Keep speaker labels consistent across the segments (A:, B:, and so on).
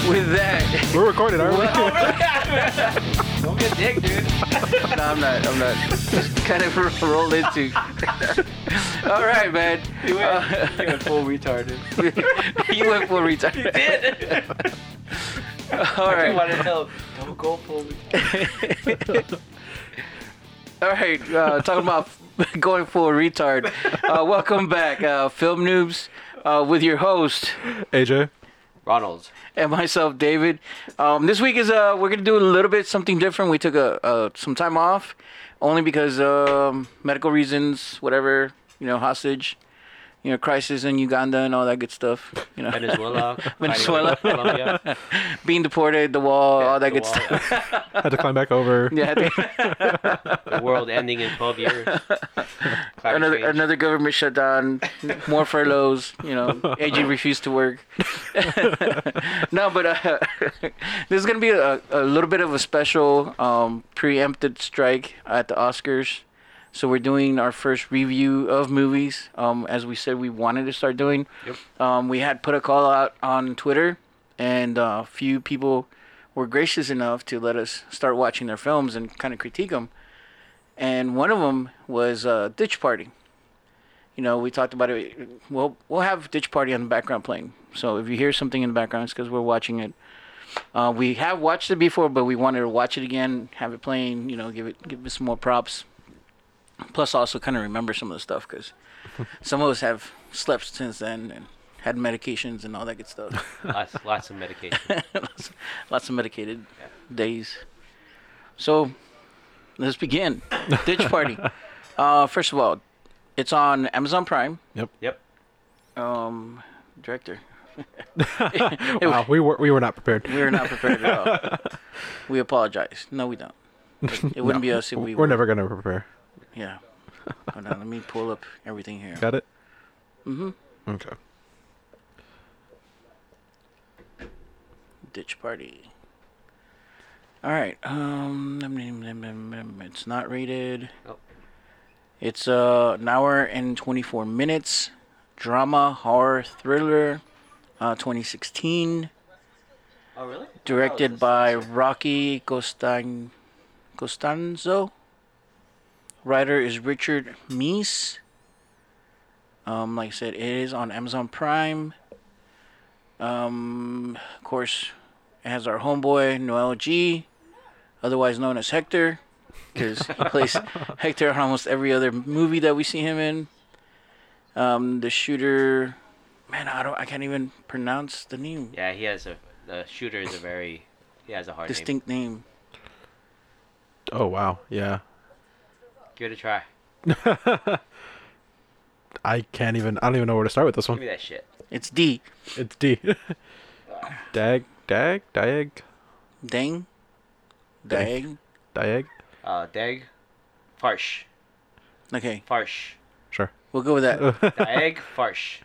A: that?
B: We're recorded, aren't we?
A: What?
C: Don't be a dick, dude.
A: no, I'm not. I'm not. Just kind of rolled into. All right, man.
C: You went,
A: Uh,
C: you went full retarded.
A: you went full retard.
C: You did.
A: All
C: You want to
A: right.
C: tell? Don't go full. retarded.
A: All right. Uh, talking about going full retard. Uh, welcome back, uh, film noobs, uh, with your host.
B: AJ.
C: Ronald.
A: and myself, David. Um, this week is uh, we're gonna do a little bit something different. We took a uh, some time off, only because um, medical reasons, whatever you know, hostage, you know, crisis in Uganda and all that good stuff. You know,
C: Venezuela.
A: Venezuela.
C: Colombia.
A: being deported, the wall, all that
C: the
A: good
C: wall,
A: stuff.
B: Had to climb back over.
A: Yeah, I think
C: The world ending in 12 years. Climate
A: another
C: change.
A: another government shutdown, more furloughs. You know, AG refused to work. no, but uh, this is gonna be a, a little bit of a special um, preempted strike at the Oscars. So we're doing our first review of movies, um, as we said we wanted to start doing.
C: Yep.
A: Um, we had put a call out on Twitter, and a uh, few people were gracious enough to let us start watching their films and kind of critique them. And one of them was uh, Ditch Party. You know, we talked about it. We'll we'll have Ditch Party on the background playing. So if you hear something in the background, it's because we're watching it. Uh, we have watched it before, but we wanted to watch it again, have it playing. You know, give it give it some more props. Plus, also kind of remember some of the stuff because some of us have slept since then and had medications and all that good stuff.
C: Lots, lots of medication.
A: lots, lots of medicated days. So let's begin. Ditch Party. Uh, first of all, it's on Amazon Prime.
C: Yep.
A: Um, director,
B: Wow, we were we were not prepared.
A: we are not prepared at all. we apologize. No, we don't. It, it wouldn't be us if we
B: We're never gonna prepare.
A: Yeah. Hold on, let me pull up everything here.
B: Got it? Mm-hmm. Okay.
A: Ditch Party. All right. Um, nom, nom, nom, nom, nom. it's not rated.
C: Oh.
A: It's uh, an hour and 24 minutes. Drama, horror, thriller, uh, 2016.
C: Oh, really?
A: Directed by Rocky Costan- Costanzo. Writer is Richard Meese. Um, like I said, it is on Amazon Prime. Um, of course, it has our homeboy Noel G, otherwise known as Hector, because he plays Hector in almost every other movie that we see him in. Um, the shooter, man, I don't, I can't even pronounce the name
C: Yeah, he has a. The shooter is a very. He has a hard name.
A: distinct name.
B: Oh wow. Yeah.
C: Give it a try.
B: I can't even I don't even know where to start with this
C: Give me
B: one.
C: that shit.
A: It's D.
B: It's D. Dag Dag Diag
A: Dang. Dang.
B: Diag?
C: Uh, Dag. Farsh.
A: Okay,
C: Farsh.
B: Sure.
A: we'll go with that.
C: Dag. Farsh.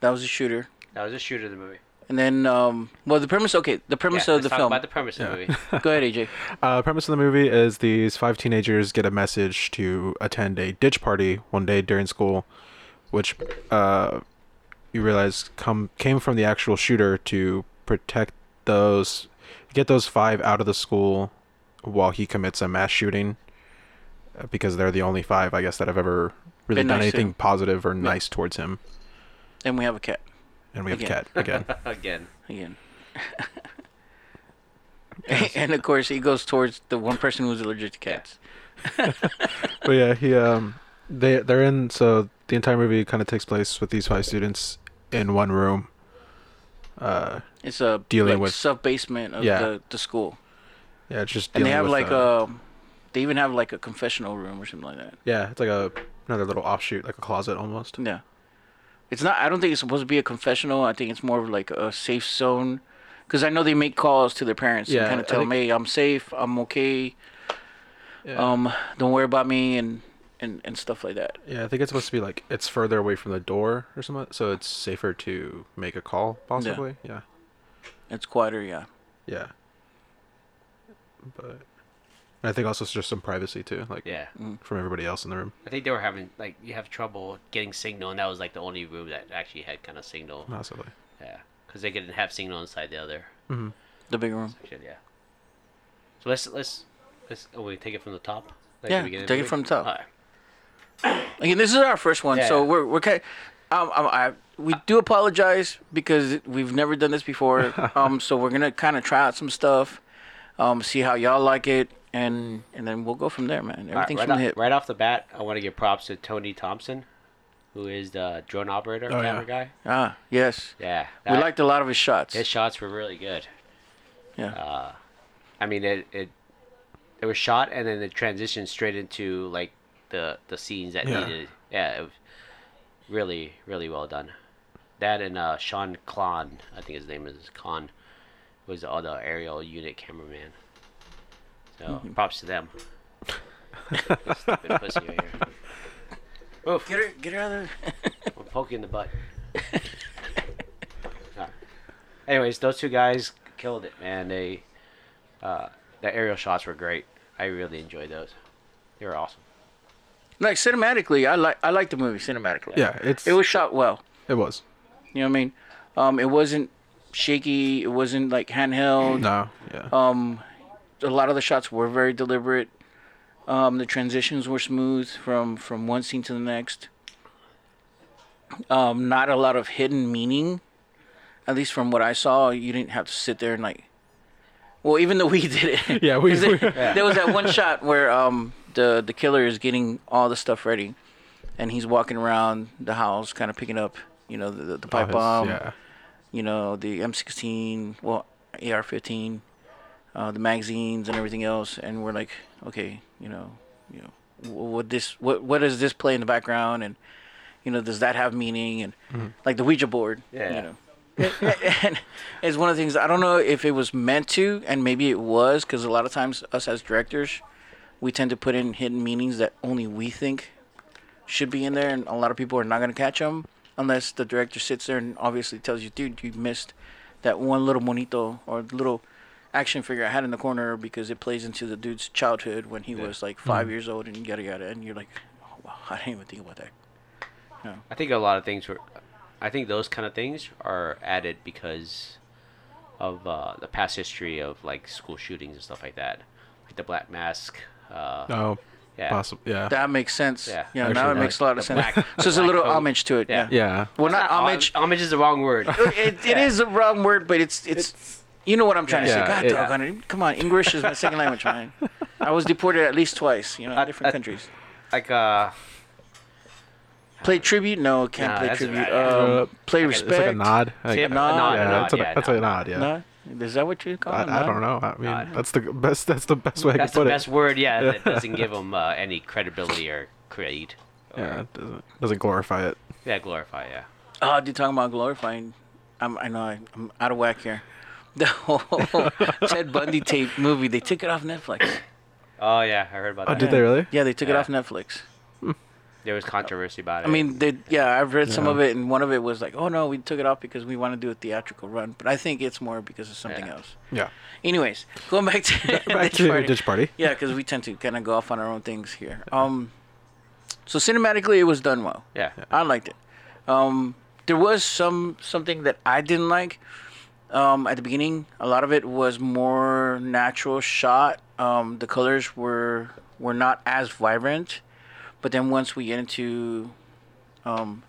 A: That was a shooter.
C: That was a shooter of the movie.
A: And then, um, well, the premise. Okay, the premise
C: yeah,
A: of
C: let's
A: the
C: talk
A: film.
C: about the premise of the movie.
A: Go ahead, AJ.
B: Uh, premise of the movie is these five teenagers get a message to attend a ditch party one day during school, which uh, you realize come came from the actual shooter to protect those, get those five out of the school, while he commits a mass shooting. uh, Because they're the only five, I guess, that have ever really
A: Been
B: done
A: nice to
B: anything
A: him.
B: positive or nice towards him.
A: And we have a cat
B: And we have
A: Again.
B: Cat again.
C: Again.
A: again. and of course, he goes towards the one person who's allergic to cats.
B: but yeah, he um, they they're in. So the entire movie kind of takes place with these five students in one room. Uh,
A: It's a
B: Dealing
A: like,
B: with-
A: sub basement of
B: Yeah.
A: the, the school,
B: yeah, it's just
A: and they
B: dealing
A: have
B: with,
A: like
B: uh,
A: a, they even have like a confessional room or something like that.
B: yeah, it's like a another little offshoot, like a closet almost.
A: Yeah. It's not. I don't think it's supposed to be a confessional. I think it's more of like a safe zone, because I know they make calls to their parents
B: Yeah,
A: and kind
B: I
A: of tell them,
B: think-
A: "Hey, I'm safe. I'm okay.
B: Yeah.
A: Um, don't worry about me," and and and stuff like that.
B: yeah, I think it's supposed to be like it's further away from the door or something, so it's safer to make a call possibly. Yeah,
A: It's quieter, yeah.
B: yeah. But and I think also it's just some privacy too, like
C: Yeah.
B: from everybody else in the room.
C: I think they were having like you have trouble getting signal, and that was like the only
A: Hmm.
C: room that actually had kind of signal.
B: Possibly.
C: Yeah, because they couldn't have signal inside the other.
A: The big room.
C: Section, yeah. So let's let's let's. Oh, we take it from the top. Like
A: Yeah,
C: the beginning of
A: take it
C: week?
A: from the top.
C: Alright.
A: Again, this is our first one,
C: Yeah,
A: so
C: yeah.
A: we're we're kind. Um, um, I, we do apologize because we've never done this before. um, so we're gonna kind of try out some stuff, um, see how y'all like it, and and then we'll go from there, man.
C: All right,
A: Everything's
C: right,
A: from
C: off,
A: the hip.
C: right off the bat, I want to give props to Tony Thompson, who is the drone operator,
B: Oh,
C: camera
B: yeah.
C: guy.
A: Ah, yes.
C: Yeah,
A: we
C: that-
A: liked a lot of his shots.
C: his shots were really good.
A: Yeah.
C: Uh, I mean, it it it was shot and then it transitioned straight into like the the scenes that
B: Yeah.
C: needed. Yeah, it was really really well done. That and uh, Sean Klon, I think his name is Klon, was the other aerial unit cameraman. So props to them. Stupid pussy right here. Oof,
A: Get her, get her out of there.
C: I'm poking the butt. Nah. Anyways, those two guys killed it, man. They, uh, the aerial shots were great. I really enjoyed those. They were awesome.
A: Like cinematically, I like I like the movie cinematically.
B: Yeah, it's
A: It was shot well.
B: it was.
A: You know what I mean? Um, it wasn't shaky. It wasn't like handheld.
B: No, yeah.
A: Um, a lot of the shots were very deliberate. Um, the transitions were smooth from from one scene to the next. Um, not a lot of hidden meaning, at least from what I saw. You didn't have to sit there and like. Well, even though we did it,
B: Yeah, we-
A: 'Cause there,
B: we-
A: there was that one shot where um the the killer is getting all the stuff ready, and he's walking around the house, kind of picking up you know the, the, the pipe
B: Oh, His-
A: bomb,
B: yeah.
A: you know, the M16, well, AR-15, uh, the magazines and everything else, and we're like, okay, you know, you know, wh- what this, what what does this play in the background, and you know, does that have meaning, and like the Ouija board,
C: Yeah.
A: you know. and it's one of the things I don't know if it was meant to, and maybe it was, because a lot of times us as directors, we tend to put in hidden meanings that only we think should be in there, and a lot of people are not going to catch them unless the director sits there and obviously tells you, dude, you missed that one little monito or little action figure I had in the corner because it plays into the dude's childhood when he was like 5 years old and yada yada, and you're like, oh, wow, I didn't even think about that.
C: I think a lot of things were. I think those kind of things are added because of uh, the past history of like school shootings and stuff like that, like the black mask. Uh,
B: Oh,
C: yeah.
B: possible. Yeah.
A: That makes sense.
C: Yeah.
A: Yeah, now
B: Actually,
A: it makes a lot of sense.
C: black-
A: so it's a
C: black
A: little
C: coat.
A: homage to it.
C: Yeah.
A: Yeah.
B: yeah.
A: Well, not
C: hom-
A: homage.
C: Homage is the wrong word.
A: It, it is a wrong word, but it's it's. you know what I'm trying to
B: Yeah,
A: say.
B: it-
A: God doggone it. Come on, English is my second language, man. I was deported at least twice, you know,
C: Uh,
A: in different
C: uh,
A: countries.
C: like uh,
A: Play tribute? No, can't
C: Nah,
A: play
C: that's
A: tribute.
C: right.
A: Um, play
B: It's
A: respect?
B: like a nod. Like,
C: tip,
B: yeah,
C: a nod, a
A: yeah,
C: nod,
B: that's, a,
C: yeah,
B: that's
C: nod.
B: a nod. Yeah.
A: No? Is that what you call it?
B: I, I
A: No?
B: don't know. I mean,
C: Nod.
B: that's the best. That's the best way I
C: That's
B: can
C: the
B: put
C: best
B: it.
C: word, yeah, that doesn't give them uh, any credibility or creed. uh,
B: Yeah, it doesn't doesn't glorify it.
C: Yeah, glorify, yeah.
A: Oh, dude, talking about glorifying. I'm, I know I, I'm out of whack here. The whole Ted Bundy tape movie, they took it off Netflix.
C: Oh, yeah, I heard about
B: Oh,
C: that.
B: did they really?
A: Yeah, they took
C: Yeah.
A: it off Netflix.
C: There was controversy about it.
A: I mean, they, yeah, I've read some
B: Yeah.
A: of it, and one of it was like, "Oh no, we took it off because we want to do a theatrical run." But I think it's more because of something
C: Yeah.
A: else.
B: Yeah.
A: Anyways, going back to
B: Back
A: Ditch
B: to
A: Party.
B: ditch party.
A: Yeah, because we tend to kind of go off on our own things here. Um, so cinematically, it was done well.
C: yeah.
A: I liked it. Um, there was some something that I didn't like um, at the beginning. A lot of it was more natural shot. Um, the colors were were not as vibrant, but then once we get into um,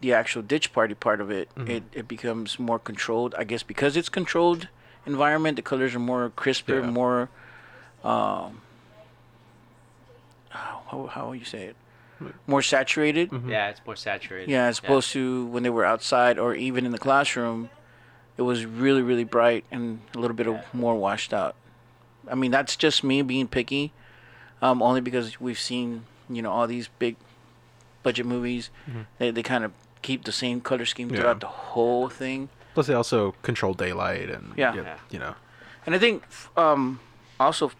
A: the actual ditch party part of it, it, it becomes more controlled. I guess because it's controlled environment, the colors are more crisper,
B: Yeah.
A: more. Um, how how will you say it? More saturated.
C: Yeah, it's more saturated.
A: Hmm. Yeah, as opposed to when they were outside or even in the classroom, it was really, really bright and a little bit of more washed out. I mean, that's just me being picky, um, only because we've seen, you know, all these big budget movies.
C: Mm-hmm.
A: They, they kind of keep the same color scheme
B: Yeah.
A: throughout the whole thing.
B: Plus, they also control daylight and
A: Yeah.
B: you- you know.
A: And I think f- um, also,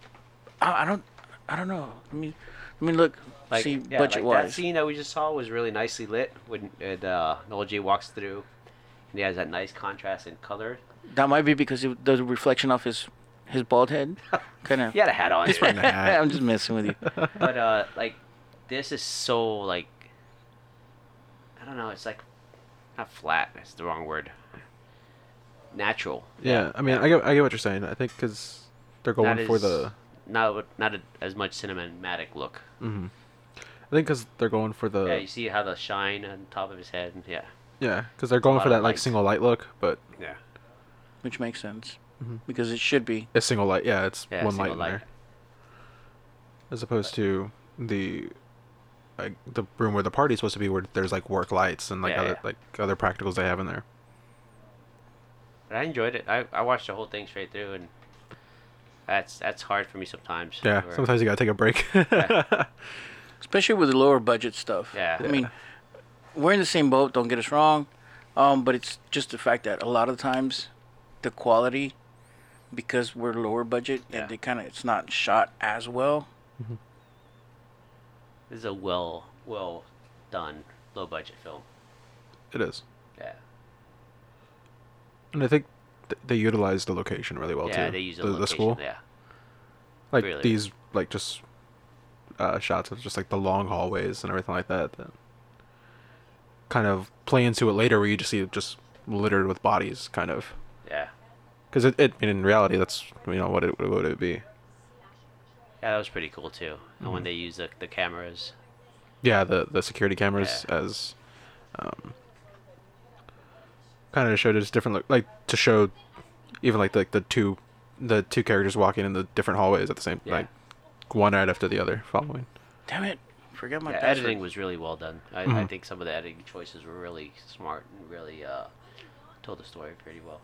A: I, I don't, I don't know. I mean, I mean, look,
C: Like,
A: see,
C: yeah,
A: budget
C: like that
A: wise,
C: scene that we just saw was really nicely lit when it, uh, Noel J walks through and he has that nice contrast in color.
A: that might be because it, the reflection off his his bald head, kind of.
C: He had a hat on. dude.
B: Nah.
A: I'm just messing with you.
C: but, uh, like, this is so, like, I don't know, it's like, not flat, that's the wrong word. natural.
B: Yeah, I mean, I get, I get what you're saying. I think because they're going
C: Not
B: for
C: as-
B: the,
C: Not what- not a, as much cinematic look.
B: I think because they're going for the,
C: yeah,
B: yeah,
C: you see how the shine on top of his head. and- Yeah.
B: because they're going
C: lot
B: for
C: of
B: that like
C: light.
B: single light look, but
C: Yeah.
A: which makes sense because it should be.
B: a single light, yeah, it's
C: Yeah.
B: one
C: single
B: light in there, as opposed to the, like the room where the party's supposed to be, where there's like work lights and like
C: Yeah,
B: other
C: yeah.
B: like other practicals they have in there.
C: But I enjoyed it. I, I watched the whole thing straight through, and that's that's hard for me sometimes.
B: Yeah,
C: where-
B: sometimes you gotta take a break.
A: especially with the lower budget stuff.
C: Yeah.
A: I mean, we're in the same boat. Don't get us wrong, um, but it's just the fact that a lot of times, the quality, because we're lower budget,
C: Yeah.
A: that they kind of it's not shot as well.
C: this is a well well done low budget film.
B: it is,
C: Yeah.
B: and I think th- they utilize the location really well
C: yeah,
B: too.
C: they use a
B: the,
C: location.
B: the school,
C: Yeah.
B: like
C: really.
B: these like just uh, shots of just like the long hallways and everything like that. That kind of play into it later, where you just see it just littered with bodies, kind of.
C: Yeah.
B: Because it, it, I mean, in reality, that's you know what it what would it be?
C: Yeah, that was pretty cool too. And
B: Mm-hmm.
C: when they use the, the cameras,
B: Yeah, the the security cameras as, um, kind of showed us different look, like to show, even like the, like the two, the two characters walking in the different hallways at the same,
C: Yeah.
B: like, one right after the other, following.
A: Damn it! Forgot my
C: yeah,
A: password.
C: editing was really well done. I,
B: Mm-hmm.
C: I think some of the editing choices were really smart and really uh, told the story pretty well.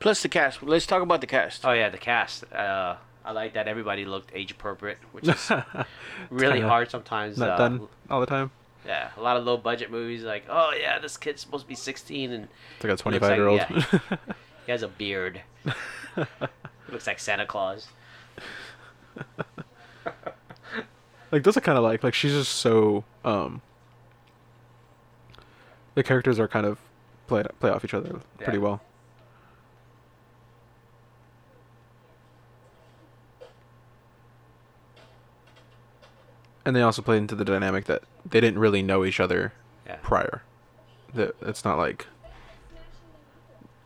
A: Plus the cast. Let's talk about the cast.
C: Oh yeah, the cast. Uh, I like that everybody looked age appropriate, which is really
B: kinda
C: hard sometimes.
B: Not
C: uh,
B: done all the time.
C: Yeah, a lot of low budget movies like, oh yeah, this kid's supposed to be 16 and
B: It's like a
C: looks
B: twenty five year old.
C: like- he has a beard. looks like Santa Claus.
B: like those are kind of like like she's just so um the characters are kind of play play off each other pretty
C: Yeah.
B: well and they also play into the dynamic that they didn't really know each other
C: Yeah.
B: prior that it's not like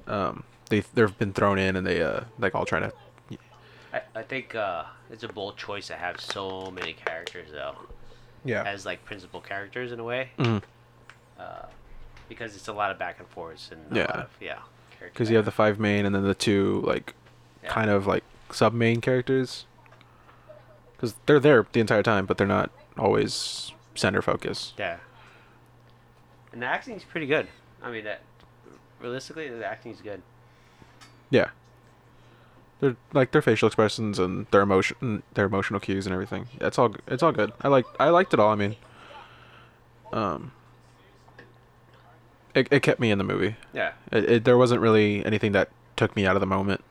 B: um they they've been thrown in and they uh like all trying to
C: I, I think uh, it's a bold choice to have so many characters though.
B: yeah
C: as like principal characters in a way.
B: Mhm.
C: Uh, because it's a lot of back and forths and a
B: Yeah.
C: lot of, yeah. character
B: because you have the
C: back-
B: five main and then the two like
C: yeah.
B: kind of like sub main characters because they're there the entire time, but they're not always center focus.
C: yeah. And the acting's pretty good. I mean that realistically the acting's good.
B: Yeah, they're like their facial expressions and their emotion, and their emotional cues and everything. It's all it's all good. I like I liked it all. I mean, um, it it kept me in the movie.
C: Yeah.
B: It, it there wasn't really anything that took me out of the moment.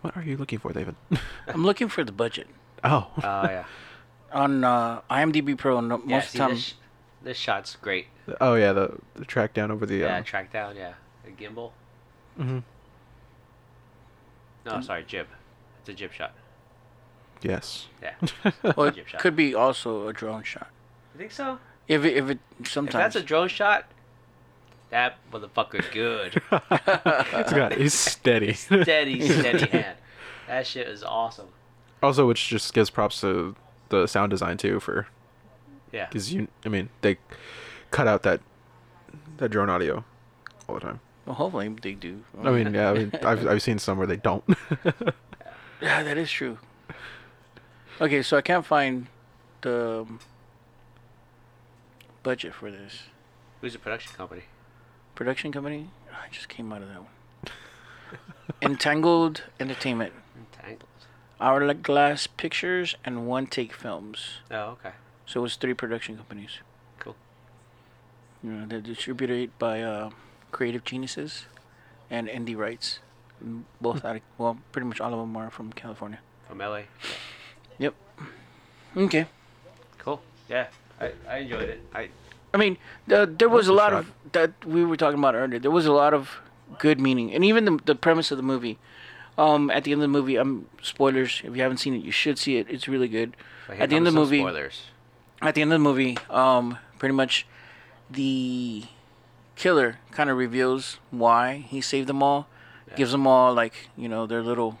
B: What are you looking for, David?
A: I'm looking for the budget
B: oh,
C: Oh yeah.
A: on uh, IMDb Pro. No, most
C: yeah,
A: of the
C: see,
A: time,
C: this, sh- this shot's great.
B: oh yeah, the, the track down over the
C: Yeah,
B: um,
C: track down, yeah. A gimbal.
A: Mm-hmm.
B: Mhm.
C: No, sorry, jib. It's a jib shot.
B: yes.
C: Yeah.
A: well, it
C: budget shot.
A: could be also a drone shot.
C: You think so?
A: If it, if it
C: If
A: sometimes
C: that's a drone shot, that motherfucker good.
B: It's got he's steady.
C: steady, steady hand. That shit is awesome.
B: also, which just gives props to the sound design too for
C: Yeah.
B: because you I mean they cut out that that drone audio all the time.
A: well, hopefully they do.
B: I mean, yeah, I mean, I've I've seen some where they don't.
A: Yeah, that is true. Okay, so I can't find the um, budget for this
C: Who's the production company?
A: production company. Oh, I just came out of that one. Entangled Entertainment,
C: Entangled.
A: Hourglass Pictures, and One Take Films.
C: Oh, okay.
A: So it was three production companies.
C: Cool.
A: You know, they're distributed by uh, Creative Geniuses and Indie Rights. M- Both out of, well, pretty much all of them are from California.
C: From LA.
A: Yep. Okay.
C: Cool. Yeah. I, I enjoyed it. I
A: I mean, uh, there was a
B: the
A: lot
B: shot.
A: of that we were talking about earlier. There was a lot of good meaning, and even the the premise of the movie. Um, at the end of the movie, um, spoilers. If you haven't seen it, you should see it. It's really good.
C: I
A: At the end of the movie-
C: spoilers.
A: At the end of the movie, um, pretty much the killer kind of reveals why he saved them all, gives them all like you know their little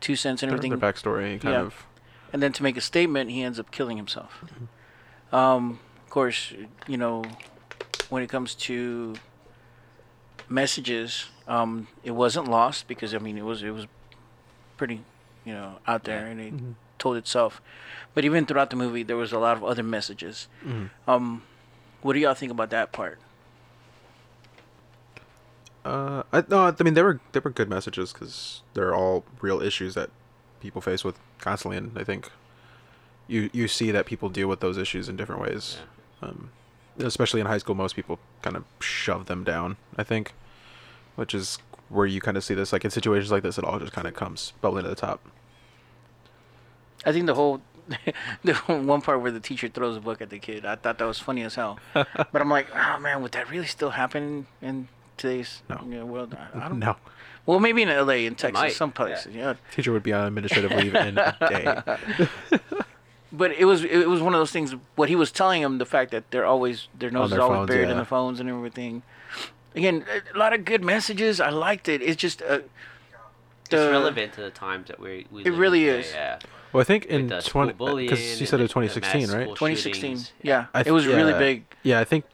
A: two cents and
B: Their,
A: everything,
B: their backstory, kind
A: Yeah.
B: of.
A: and then to make a statement, he ends up killing himself. Um, of course, you know, when it comes to messages, um, it wasn't lost because I mean it was it was pretty, you know, out there and it told itself. But even throughout the movie, there was a lot of other messages. Um, what do y'all think about that part?
B: Uh, I no, I mean they were they were good messages because they're all real issues that people face with constantly, and I think you you see that people deal with those issues in different ways. Um, especially in high school, most people kind of shove them down. I think, which is where you kind of see this, like in situations like this, it all just kind of comes bubbling to the top.
A: I think the whole the one part where the teacher throws a book at the kid, I thought that was funny as hell. but I'm like, oh man, would that really still happen in today's
B: No.
A: you know, world? I, I don't
B: No,
A: Well, maybe in L.A. in Texas,
C: might,
A: some
C: yeah.
A: places, yeah.
B: teacher would be on administrative leave in a day.
A: But it was it was one of those things. What he was telling him, the fact that they're always their nose
B: their
A: is always
B: phones,
A: buried
B: yeah.
A: in the phones and everything. Again, a lot of good messages. I liked it. It's just uh,
C: it's relevant to the times that we we. live in
A: really
C: today,
A: is.
C: Yeah.
B: Well, I think in
C: the school
B: twenty
C: bullying
B: because you
C: and
B: said
C: the-
B: it was
C: the mass
B: 2016, right?
C: school
A: 2016.
C: shootings,
A: Yeah,
B: I
A: it was
B: th-
A: really
B: yeah.
A: big.
B: Yeah, I think,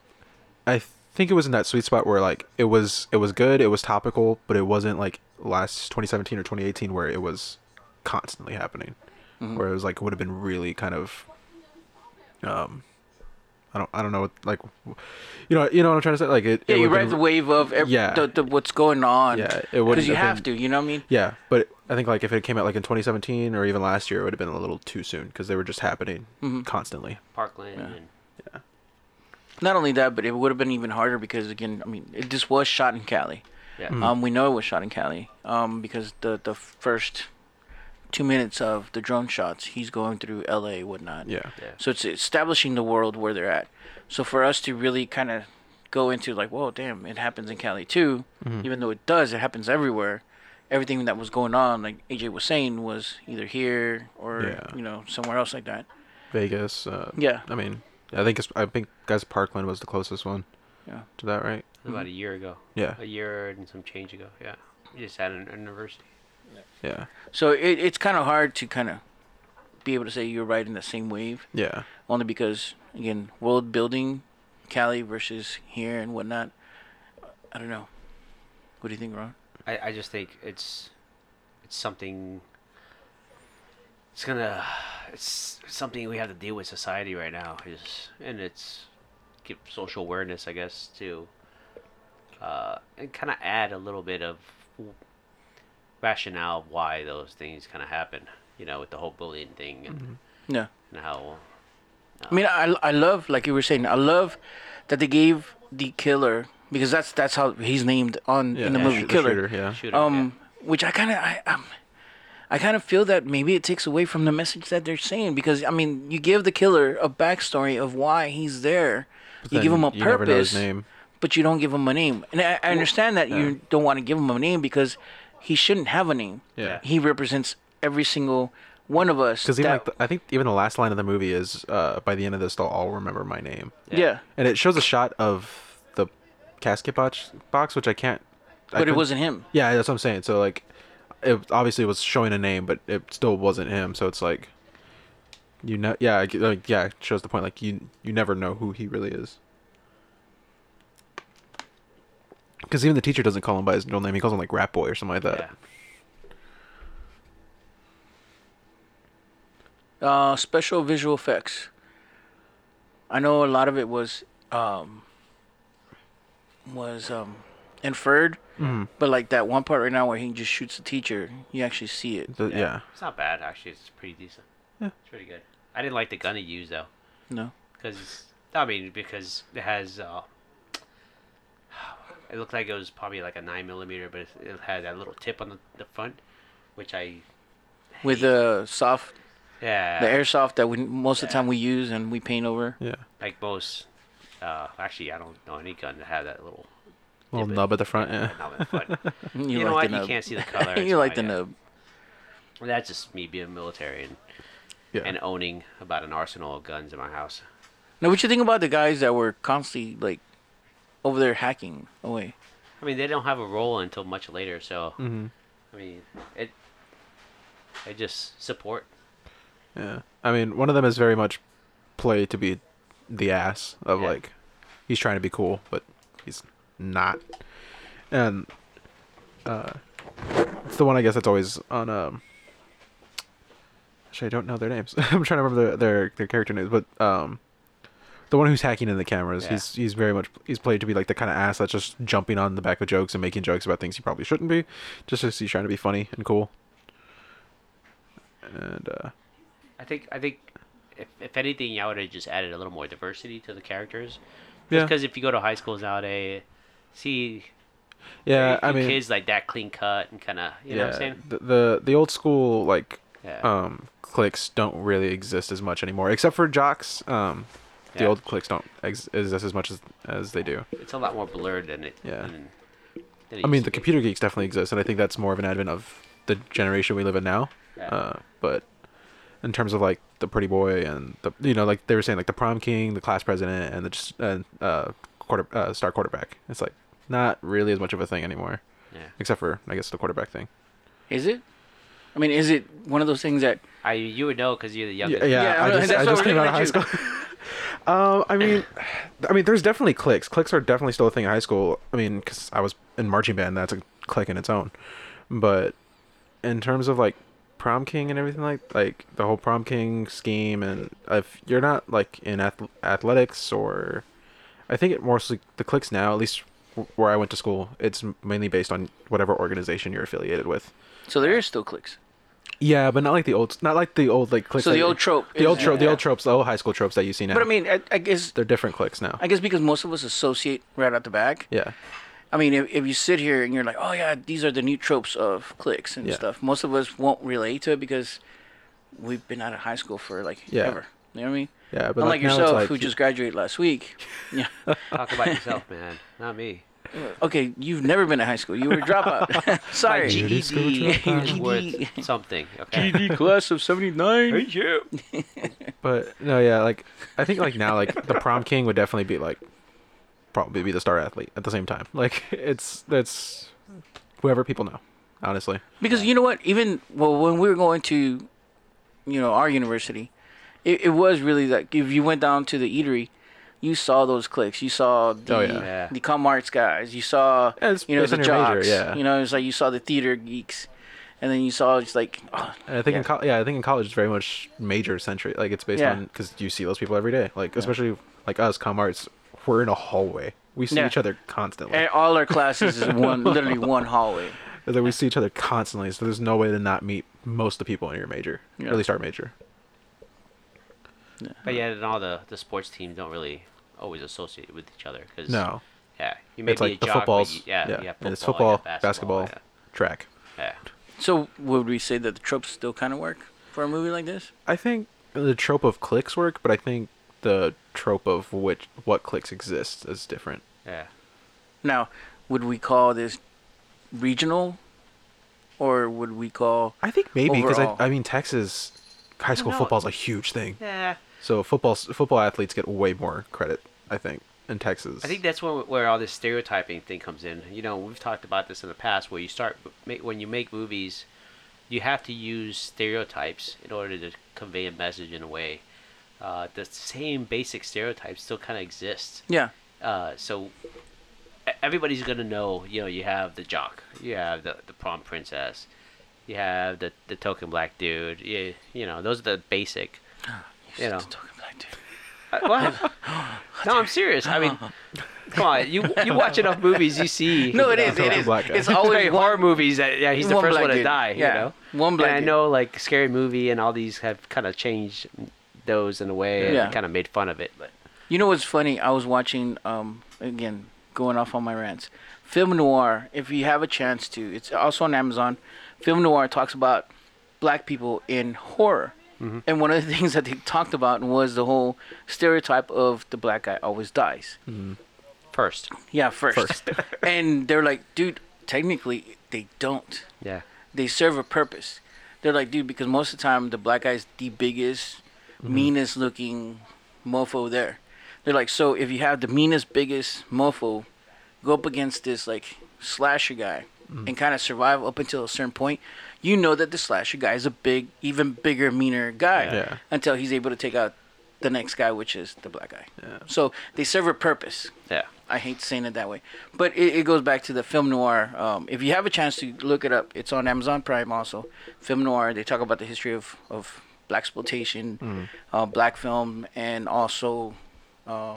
B: I think it was in that sweet spot where like it was it was good, it was topical, but it wasn't like last 2017 or 2018 where it was constantly happening,
A: Mm-hmm.
B: where it was like would have been really kind of, um, I don't I don't know what, like, w- you know you know what I'm trying to say like it.
A: Yeah,
B: it
A: you
B: would've
A: ride
B: been-
A: the wave of ev-
B: Yeah.
A: the, the, what's going on.
B: Yeah, it wouldn't
A: because you
B: have
A: have to. You know what I mean?
B: Yeah, but I think like if it came out like in 2017 or even last year, it would have been a little too soon because they were just happening
A: Mm-hmm.
B: constantly.
C: Parkland and
A: Not only that, but it would have been even harder because again, I mean, it, this was shot in Cali.
C: yeah.
B: Mm.
A: Um, we know it was shot in Cali um, because the the first two minutes of the drone shots, he's going through L.A. whatnot.
B: Yeah.
C: Yeah.
A: So it's establishing the world where they're at. So for us to really kind of go into like, whoa, damn, it happens in Cali too. Even though it does, it happens everywhere. Everything that was going on, like AJ was saying, was either here or
B: Yeah.
A: you know somewhere else like that.
B: Vegas. Uh,
A: Yeah.
B: I mean, I think it's, I think guys Parkland was the closest one.
A: Yeah.
B: To that, right?
C: About a year ago.
B: Yeah.
C: A year and some change ago. Yeah. Just at an university.
B: Yeah.
A: So it, it's kind of hard to kind of be able to say you're riding the same wave,
B: Yeah.
A: only because again, world building, Cali versus here and whatnot. I don't know. What do you think, Ron?
C: I, I just think it's it's something it's gonna it's something we have to deal with society right now is and it's give social awareness I guess to uh, and kind of add a little bit of rationale of why those things kind of happen you know with the whole bullying thing and,
A: Yeah.
C: and how
A: I mean, I, I love like you were saying. I love that they gave the killer because that's that's how he's named on in the
B: Yeah,
A: movie
B: shoot-
A: Killer.
B: shooter, yeah.
C: shooting
A: Um, which I kind of I um, I kind of feel that maybe it takes away from the message that they're saying because I mean, you give the killer a backstory of why he's there. You give
B: Then
A: him a
B: you never know his
A: purpose,
B: name.
A: but you don't give him a name. And I, I understand that you don't want to give him a name because he shouldn't have a name.
B: Yeah.
A: He represents every single one of us.
B: Because even like
A: that-
B: the, I think even the last line of the movie is, uh, by the end of this, they'll all remember my name.
A: yeah.
B: And it shows a shot of the casket box, box which I can't. I
A: But it
B: couldn't-
A: wasn't him.
B: Yeah, that's what I'm saying. So like, it obviously was showing a name, but it still wasn't him. So it's like, you know, yeah, I get- like yeah, it shows the point. Like you, you never know who he really is. Because even the teacher doesn't call him by his real name. He calls him like Rat Boy or something like that.
C: yeah
A: Uh, special visual effects. I know a lot of it was um, was um, inferred, but like that one part right now where he just shoots the teacher, you actually see it.
B: The- yeah.
C: it's not bad actually it's pretty decent
B: Yeah.
C: it's pretty good I didn't like the gun he used though
A: No,
C: Because I mean, because it has. Uh, it looked like it was probably like a nine millimeter, but it, it had that little tip on the, the front, which I
A: with the soft,
C: yeah,
A: the airsoft that we most of the time we use and we paint over.
B: yeah.
C: like most. Uh, actually, I don't know any gun that had that little
B: Little
C: but-
B: nub at the front. Yeah.
C: knob on the front.
A: You,
C: you know
A: like
C: what?
A: the
C: You
A: nub.
C: can't see the color. it's
A: you like the
C: fine, yeah.
A: nub.
C: Well, That's just me being military and,
B: Yeah.
C: and owning about an arsenal of guns in my house.
A: Now, what you think about the guys that were constantly like over there hacking away.
C: I mean, they don't have a role until much later, so
B: Mm-hmm.
C: I mean, it. I just support.
B: Yeah. I mean, one of them is very much play to be the ass of
C: Yeah.
B: like he's trying to be cool, but he's not. And uh it's the one I guess that's always on um actually I don't know their names. I'm trying to remember their their, their character names, but um the one who's hacking in the cameras,
C: Yeah.
B: he's he's very much he's played to be like the kind of ass that's just jumping on the back of jokes and making jokes about things he probably shouldn't be, just as he's trying to be funny and cool. And uh
C: I think I think if, if anything, I would have just added a little more diversity to the characters. Just
B: Yeah.
C: because if you go to high schools nowadays, see
B: yeah,
C: very
B: I
C: few
B: mean,
C: kids like that clean cut and kind of you know what I'm saying.
B: The, the the old school like
C: Yeah.
B: um clicks don't really exist as much anymore, except for jocks. Um, the
C: Yeah.
B: old clicks don't ex- exist as much as as they do.
C: it's a lot more blurred than it.
B: Yeah.
C: Than, than it
B: I mean,
C: used
B: the
C: to be.
B: computer geeks definitely exist, and I think that's more of an advent of the generation we live in now.
C: Yeah.
B: Uh, but in terms of like the pretty boy and the you know like they were saying like the prom king, the class president, and the just and uh quarter uh, star quarterback. It's like not really as much of a thing anymore,
C: Yeah.
B: except for I guess the quarterback thing.
A: Is it? I mean, is it one of those things that
C: I you would know because you're the
B: Yeah,
C: youngest.
B: yeah,
A: Yeah,
B: I
A: I-
B: just,
A: that's
B: I
A: why
B: just
A: we're
B: came out of
A: looking
B: high
A: at
B: school. um, I mean, I mean, there's definitely cliques. Cliques are definitely still a thing in high school. I mean, because I was in marching band, that's a clique in its own. But in terms of like prom king and everything like like the whole prom king scheme, and if you're not like in ath- athletics or, I think it mostly the cliques now, at least wh- where I went to school, it's mainly based on whatever organization you're affiliated with.
A: so there is still clicks.
B: Yeah, but not like the old, not like the old like cliques.
A: So the
B: that-
A: old trope
B: the old
A: is-
B: trope, the
A: yeah.
B: old tropes, the old high school tropes that you see now.
A: But I mean, I, I guess
B: they're different cliques now.
A: I guess because most of us associate right out the back.
B: yeah,
A: I mean, if, if you sit here and you're like, oh yeah, these are the new tropes of clicks and
B: Yeah.
A: stuff. Most of us won't relate to it because we've been out of high school for like
B: Yeah.
A: ever. You know what I mean?
B: yeah. But
A: Unlike
B: like, now it's
A: yourself,
B: like-
A: who just graduated last week. Yeah.
C: Talk about yourself, man. Not me.
A: Okay, you've never been to high school. You were a dropout.
C: My
A: Sorry.
B: Beauty school
C: GED is
A: dropout.
C: worth something. Okay.
A: class of '79.
B: but no, yeah. Like I think like now, like the prom king would definitely be like probably be the star athlete at the same time. Like it's that's whoever people know, honestly.
A: Because you know what? Even well, when we were going to, you know, our university, it, it was really like if you went down to the eatery, you saw those clicks. You saw the
B: Oh, yeah.
C: Yeah.
A: the com arts guys. You saw
B: Yeah, it's
A: you know
B: based
A: the
B: on your
A: jocks.
B: major, yeah.
A: You know, it's like you saw the theater geeks, and then you saw just like oh,
B: And I think
A: Yeah.
B: in co- yeah, I think in college it's very much major centric. Like it's based
A: Yeah.
B: on because you see those people every day. Like especially like us, com arts, we're in a hallway. We see
A: Yeah.
B: each other constantly.
A: and eh, all our classes is one literally one hallway.
B: Like we see each other constantly, so there's no way to not meet most of the people in your major, or
A: Yeah.
B: at least our major.
C: But yeah, and all the, the sports teams don't really always associate with each other. Cause,
B: No,
C: Yeah. You may
B: it's
C: be
B: like
C: a
B: the
C: jock, but
B: footballs.
C: you- yeah, yeah.
B: and it's
C: football,
B: football,
C: you got
B: basketball, track.
C: Yeah. yeah.
A: So would we say that the tropes still kind of work for a movie like this?
B: I think the trope of clicks work, but I think the trope of which what clicks exists is different.
C: Yeah.
A: Now, would we call this regional, or would we call
B: I think maybe because I,
A: Overall.
B: I mean Texas high school
C: know.
B: football is a huge thing,
C: Yeah.
B: so football football athletes get way more credit. I think in Texas.
C: I think that's where, where all this stereotyping thing comes in. You know, we've talked about this in the past where you start, make, when you make movies, you have to use stereotypes in order to convey a message in a way. Uh, the same basic stereotypes still kind of exist.
A: yeah?
C: Uh, so e- everybody's gonna know. You know, you have the jock, you have the, the prom princess, you have the the token black dude. You you know, those are the basic. You know,
A: Talking black dude.
C: Uh, what? No, I'm serious. I mean, come on. You you watch enough movies, you see.
A: No, it
C: you
A: is.
C: know,
A: It
B: Token
A: is.
B: black guy.
A: It's
C: It's
A: always
C: very
A: one,
C: horror movies that yeah he's the
A: one
C: first
A: black
C: one to
A: dude.
C: die you
A: Yeah,
C: know
A: one black
C: and I
A: dude.
C: know like scary movie and all these have kind of changed those in a way
A: Yeah.
C: and kind of made fun of it but
A: You know what's funny? I was watching um again going off on my rants. Film noir. If you have a chance to, it's also on Amazon. Film noir talks about black people in horror. And one of the things that they talked about was the whole stereotype of the black guy always dies.
C: first
A: Yeah, first. and they're like, dude, technically they don't.
C: yeah
A: they serve a purpose. They're like, dude, because most of the time the black guy's the biggest, meanest looking mofo there. They're like, so if you have the meanest, biggest mofo go up against this like slasher guy and kind of survive up until a certain point, you know that the slasher guy is a big, even bigger, meaner guy
B: Yeah.
A: until he's able to take out the next guy, which is the black guy. So they serve a purpose.
C: Yeah.
A: I hate saying it that way, but it, it goes back to the film noir. Um, if you have a chance to look it up, it's on Amazon Prime also. Film noir. They talk about the history of of black exploitation, uh, black film, and also uh,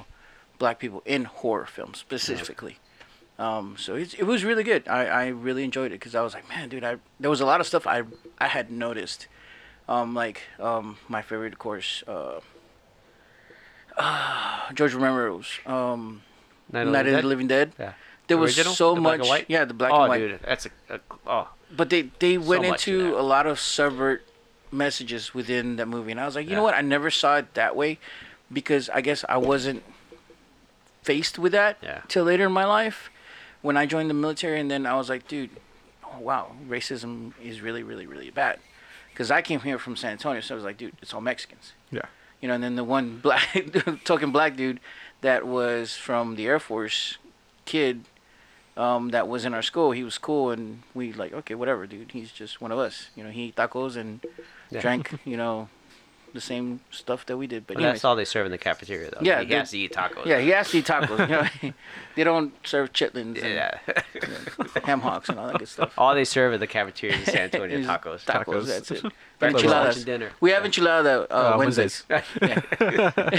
A: black people in horror films specifically. Um, so it's, it was really good. I, I really enjoyed it because I was like, man, dude, I there was a lot of stuff I I had noticed. Um, like um, my favorite, of course, uh, George Romero's um,
C: Night
A: Night of the Living Dead.
C: Yeah.
A: There was
C: Original?
A: so
C: The black
A: much,
C: and white?
A: yeah, the black
C: oh,
A: and white.
C: dude, that's a, a oh.
A: But they they went
C: much in
A: into
C: there.
A: a lot of subvert messages within that movie, and I was like, you know
C: Yeah.
A: what? I never saw it that way because I guess I wasn't faced with that
C: Yeah.
A: till later in my life when I joined the military, and then I was like, dude, oh, wow, racism is really, really, really bad. Because I came here from San Antonio, so I was like, dude, it's all Mexicans
B: Yeah.
A: you know, and then the one black token black dude that was from the Air Force kid um, that was in our school. He was cool, and we like okay, whatever, dude. He's just one of us. You know, he ate tacos and
C: Yeah.
A: drank, you know, the same stuff that we did. But
C: But
A: anyways,
C: that's all they serve in the cafeteria, though.
A: Yeah,
C: he
A: they-
C: has to eat tacos.
A: yeah, he has to eat tacos. You know, they don't serve chitlins
C: yeah.
A: and ham hocks and all that good stuff.
C: all they serve at the cafeteria in San Antonio
A: Is
C: tacos.
A: Tacos.
B: Tacos.
A: That's it.
C: Breakfast,
B: lunch,
A: Enchiladas.
C: and dinner.
A: We have enchilada uh,
B: Uh,
A: Wednesdays.
B: Wednesdays.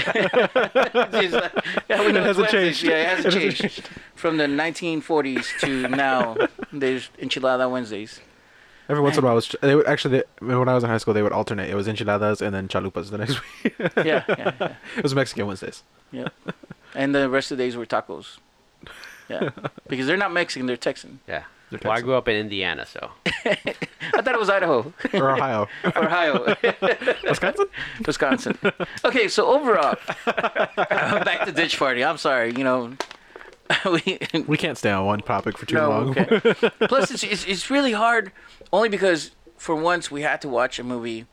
A: It's like- yeah, we know
B: It
A: it's
B: hasn't
A: Wednesdays.
B: changed.
A: Yeah, it hasn't changed. From the 1940s to now, there's enchilada Wednesdays.
B: Every once in a while, I was, they would actually they, when I was in high school, they would alternate. It was enchiladas and then chalupas the next week.
A: Yeah, yeah, yeah.
B: it was Mexican Wednesdays.
A: yeah. And the rest of the days were tacos. Yeah, because they're not Mexican, they're Texan.
C: Yeah.
B: They're
C: Well, I
B: Texan.
C: grew up in Indiana, so
A: I thought it was Idaho,
B: Or Ohio,
A: Ohio,
B: Wisconsin.
A: Wisconsin. Okay, so overall, back to ditch party. I'm sorry, you know, we
B: We can't stay on one topic for too
A: No,
B: long.
A: okay. Plus, it's, it's it's really hard, only because for once we had to watch a movie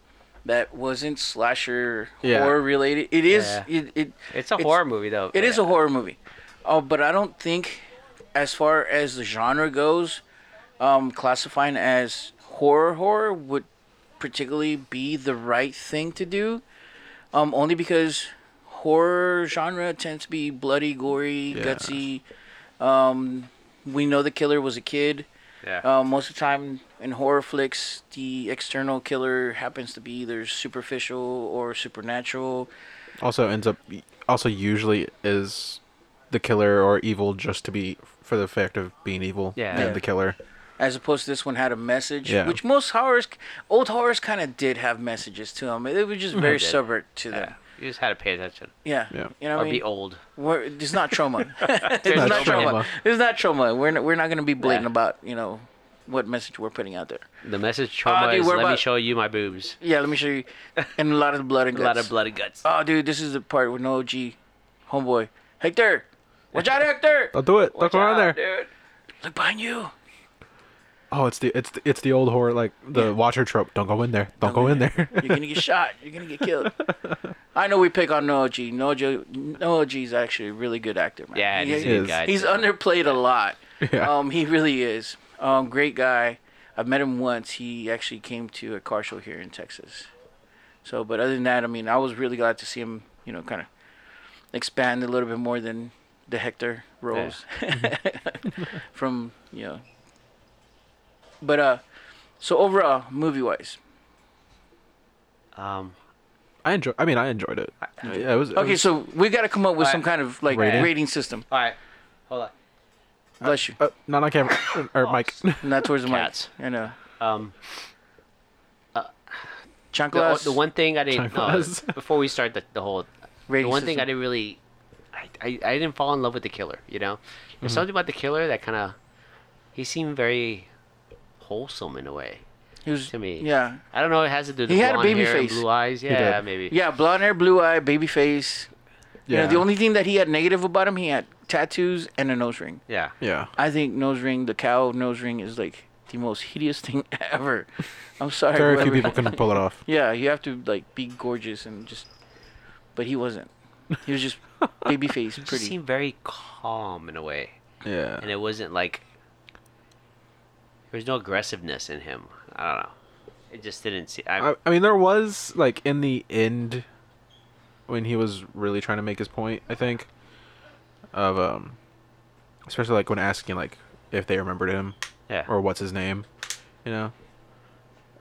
A: that wasn't slasher
B: Yeah.
A: horror related. It is
C: Yeah.
A: it, it
C: it's a horror movie, though.
A: It is
C: Yeah.
A: a horror movie, oh, but I don't think, as far as the genre goes, um, classifying as horror horror would particularly be the right thing to do, um, only because horror genre tends to be bloody, gory,
B: Yeah.
A: gutsy. Um, we know the killer was a kid.
C: Yeah.
A: Uh, most of the time in horror flicks, the external killer happens to be either superficial or supernatural.
B: Also ends up, also usually is the killer or evil just to be for the fact of being evil.
C: Yeah.
B: And
C: Yeah.
B: the killer.
A: as opposed to this one had a message,
B: Yeah.
A: which most horrors, old horrors, kind of did have messages to them. It was just very
C: Mm-hmm. did.
A: subvert to them.
C: Yeah. You just had to pay attention
A: Yeah,
B: Yeah.
A: you know,
C: or
A: what I
C: be
A: mean,
C: old.
A: we're, it's not trauma. it's
C: no
A: not, trauma.
C: trauma.
A: It's not trauma. We're not, we're not going to be blatant
C: Yeah.
A: about you know what message we're putting out there.
C: The message trauma
A: Uh, dude,
C: is
A: we're
C: let me
A: about-
C: show you my boobs.
A: Yeah, let me show you, and a lot of blood and
C: A
A: guts.
C: lot of blood and guts.
A: Oh, dude, this is the part with no OG, homeboy, Hector. Watch out, Hector!
B: I'll do it. Don't
C: Watch
B: go around there.
C: out, dude.
A: Look behind you.
B: Oh, it's the it's the, it's the old horror like the watcher trope. Don't go in there. Don't, go in there.
A: You're gonna get shot. You're gonna get killed. I know we pick on Noah G. Noah G. Noah G's actually a really good actor, man.
C: Yeah,
A: He-
C: he's a
B: He
C: good
B: is.
C: guy.
A: he's
C: too.
A: underplayed a lot.
B: Yeah.
A: Um, he really is. Um, great guy. I've met him once. He actually came to a car show here in Texas. So, but other than that, I mean, I was really glad to see him. You know, kind of expand a little bit more than the Hector roles from you know. But uh, so overall, movie wise,
C: Um,
B: I enjoy. I mean, I enjoyed it. Yeah, it was. it
A: Okay,
B: was-
A: so we got to come up with some
C: Alright.
A: kind of like rating,
B: Rating?
A: system.
C: all right, hold on.
A: Bless you.
B: uh, not on camera or Mike.
A: Not towards the mic.
C: Cats.
A: I know.
C: Um, the,
A: Chanclas.
C: the one thing I didn't
B: Time
C: no,
B: was.
C: before we start the, the whole the
A: Rating
C: one thing
A: system.
C: I didn't really I, I, I didn't fall in love with the killer you know
A: Mm-hmm.
C: there's something about the killer that kind of he seemed very wholesome in a way
A: He was,
C: to me
A: Yeah.
C: I don't know it has to do with the
A: He had a
C: blonde
A: baby
C: hair and
A: face.
C: blue eyes yeah
B: did.
C: maybe
A: Yeah, blonde hair, blue eye, baby face. Yeah.
B: Yeah.
A: the only thing that he had negative about him, he had tattoos and a nose ring.
C: yeah
B: yeah.
A: I think nose ring, the cow nose ring, is like the most hideous thing ever. I'm sorry.
B: Very few
A: whoever-
B: people can pull it off.
A: Yeah, you have to like be gorgeous and just. But he wasn't. He was just baby face,
C: he
A: pretty.
C: seemed very calm in a way
B: Yeah.
C: and it wasn't like there was no aggressiveness in him. I don't know. It just didn't see. I,
B: I, I mean, there was like in the end when he was really trying to make his point. I think of um, especially like when asking like if they remembered him
C: yeah,
A: Oh.
B: or what's his name, you know.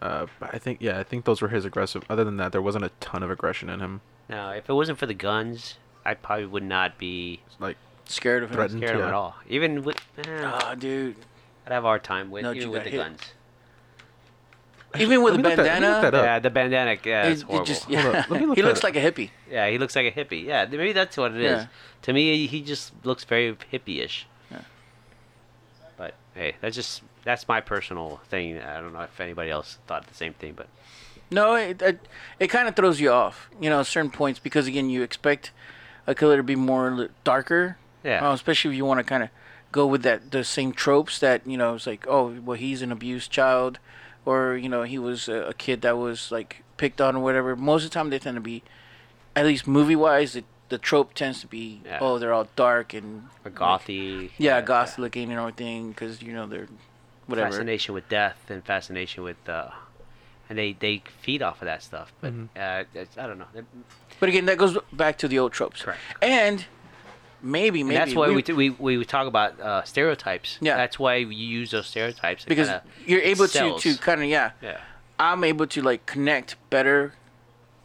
B: Uh, but I think yeah, I think those were his aggressive. Other than that, there wasn't a ton of aggression in him.
C: no. If it wasn't for the guns, I probably would not be
B: It's Like
A: Scared of him.
B: Threatened.
C: scared of him
B: Yeah.
C: at all. Even with, eh,
A: Ah, dude.
C: I'd have a hard time with
A: No,
C: even
A: you
C: with
A: got
C: the
A: hit.
C: guns.
A: Even with a
B: Let me look that- let me
A: bandana.
B: look that up.
C: Yeah, the bandana. Yeah, it's
A: it- it
C: horrible.
A: just-
B: Hold up, let me
A: yeah.
B: look
A: he
B: that
A: looks
B: up.
A: like a hippie.
C: Yeah, he looks like a hippie. Yeah, th- maybe that's what it is.
A: Yeah.
C: To me, he just looks very hippie-ish.
A: Yeah.
C: But hey, that's just that's my personal thing. I don't know if anybody else thought the same thing, but
A: No, it it, it kind of throws you off, you know, at certain points because again, you expect a killer to be more li- darker,
C: yeah,
A: uh, especially if you want to kind of go with that the same tropes that you know it's like oh well he's an abused child, or you know he was a, a kid that was like picked on or whatever. Most of the time they tend to be, at least movie wise, the, the trope tends to be
C: Yeah.
A: oh they're all dark and
C: or gothy.
A: yeah, goth looking and everything because you know they're whatever.
C: fascination with death and fascination with uh, and they they feed off of that stuff. But
A: Mm-hmm.
C: uh, it's, I don't know. It-
A: But again, that goes back to the old tropes.
C: Correct.
A: And maybe maybe
C: And that's why we t- we, we talk about uh, stereotypes.
A: Yeah.
C: That's why you use those stereotypes. It
A: because
C: kinda-
A: you're able
C: sells.
A: to to kind of yeah,
C: yeah.
A: I'm able to like connect better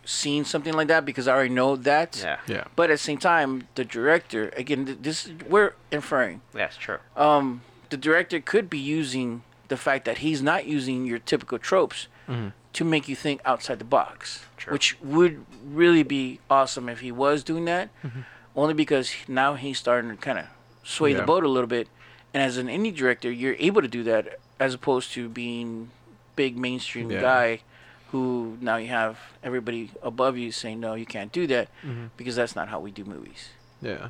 A: seeing something like that because I already know that.
C: Yeah. Yeah.
B: Yeah.
A: But at the same time, the director again, th- this we're inferring.
C: That's true.
A: Um, the director could be using the fact that he's not using your typical tropes
B: Mm-hmm.
A: to make you think outside the box,
C: True.
A: which would really be awesome if he was doing that.
B: Mm-hmm.
A: Only because he- now he's starting to kind of sway the
B: Yeah.
A: boat a little bit, and as an indie director, you're able to do that as opposed to being big mainstream
B: Yeah.
A: guy who now you have everybody above you saying no you can't do that
B: Mm-hmm.
A: because that's not how we do movies
B: Yeah.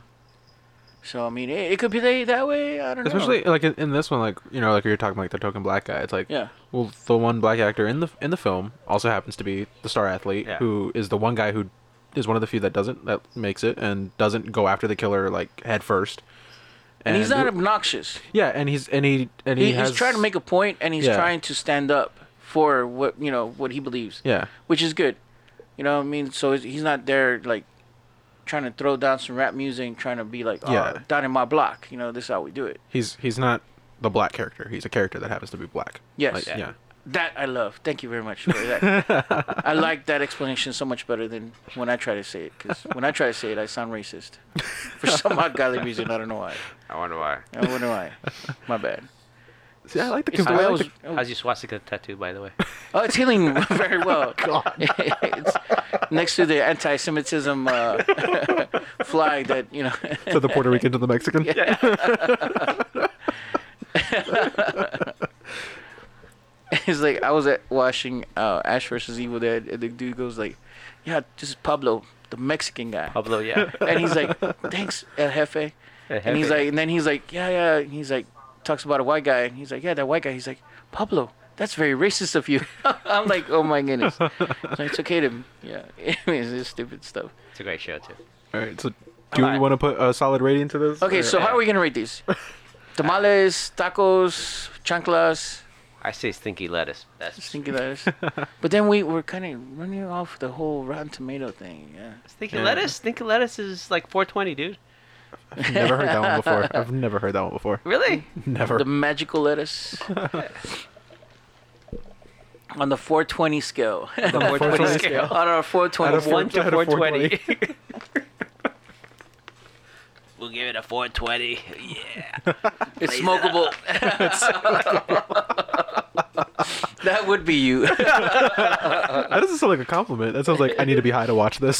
A: so i mean it, it could be that, that way i don't know
B: Especially like in, in this one, like you know, like you're talking like the token black guy. It's like
A: Yeah.
B: well, the one black actor in the in the film also happens to be the star athlete,
C: Yeah.
B: who is the one guy who is one of the few that doesn't that makes it and doesn't go after the killer like head first.
A: and he's not obnoxious.
B: yeah, and he's and he and he,
A: He,
B: has
A: he's trying to make a point, and he's
B: Yeah.
A: trying to stand up for what you know what he believes.
B: yeah
A: which is good. You know what I mean? So he's- he's not there like trying to throw down some rap music, and trying to be like, oh,
B: Yeah.
A: down in my block. You know, this is how we do it.
B: he's he's not the black character. He's a character that happens to be black.
A: Yes.
B: Like,
A: Yeah.
B: yeah.
A: That I love. Thank you very much for that. I like that explanation so much better than when I try to say it because when I try to say it, I sound racist for some ungodly reason. I don't know why.
C: I wonder why.
A: I wonder why. My bad.
B: See, I like the,
A: It's
B: compl-
A: the way
B: I
A: I
B: like the
A: was.
C: How's your swastika tattoo, by the way?
A: Oh, it's healing very well. it's next to the anti-Semitism uh, flag that you know.
B: to the Puerto Rican to the Mexican.
A: it's like I was at watching uh, Ash versus Evil Dead, and the dude goes like, "Yeah, this is Pablo, the Mexican guy,"
C: Pablo, yeah.
A: and he's like, "Thanks, El Jefe," and he's like, and then he's like, "Yeah, yeah," and he's like, talks about a white guy, and he's like, "Yeah, that white guy," he's like, "Pablo." That's very racist of you. I'm like, oh my goodness. So it's okay to, yeah. Anyways, it's stupid stuff.
C: it's a great show too.
B: All right. So, do we
A: Alright.
B: want to put a solid rating to this?
A: Okay,
B: or-
A: so how are we gonna rate these? Tamales, tacos, chanclas,
C: I say stinky lettuce. That's
A: stinky lettuce. but then we were kind of running off the whole Rotten Tomato thing. Yeah.
C: stinky
B: Yeah.
C: lettuce. Stinky lettuce is like 420, dude.
B: I've never heard that one before. I've never heard that one before.
C: Really?
B: Never.
A: The magical lettuce. On the 420 scale.
C: The 420 scale.
A: On our
B: Out of
A: 420
C: One to
B: out of 420.
C: 420. we'll give it a 420. Yeah.
A: It's smokable. that would be you.
B: That doesn't sound like a compliment. That sounds like I need to be high to watch this.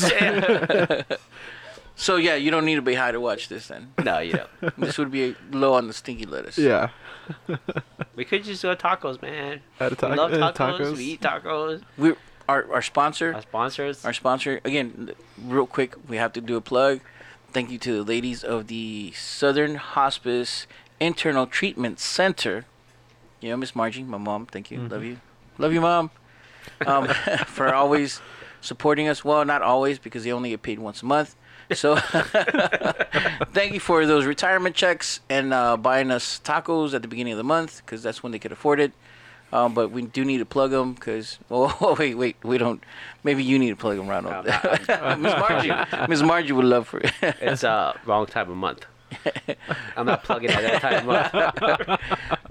A: So yeah, you don't need to be high to watch this then.
C: No, you don't.
A: This would be low on the stinky lettuce.
B: yeah.
C: We could just go tacos, man.
B: Out of ta-
C: we love
B: uh,
C: tacos. We eat tacos.
A: We our our sponsor
C: Our sponsors.
A: our sponsor again real quick we have to do a plug thank you to the ladies of the southern hospice internal treatment center you know miss margie my mom thank you love you love you mom um, for always supporting us. Well, not always because they only get paid once a month. So thank you for those retirement checks and uh, buying us tacos at the beginning of the month because that's when they could afford it. Um, but we do need to plug them because oh wait wait we don't maybe you need to plug them Ronald Miss Margie Miss Margie would love for it
C: It's uh wrong time of month. I'm not plugging at that time of month.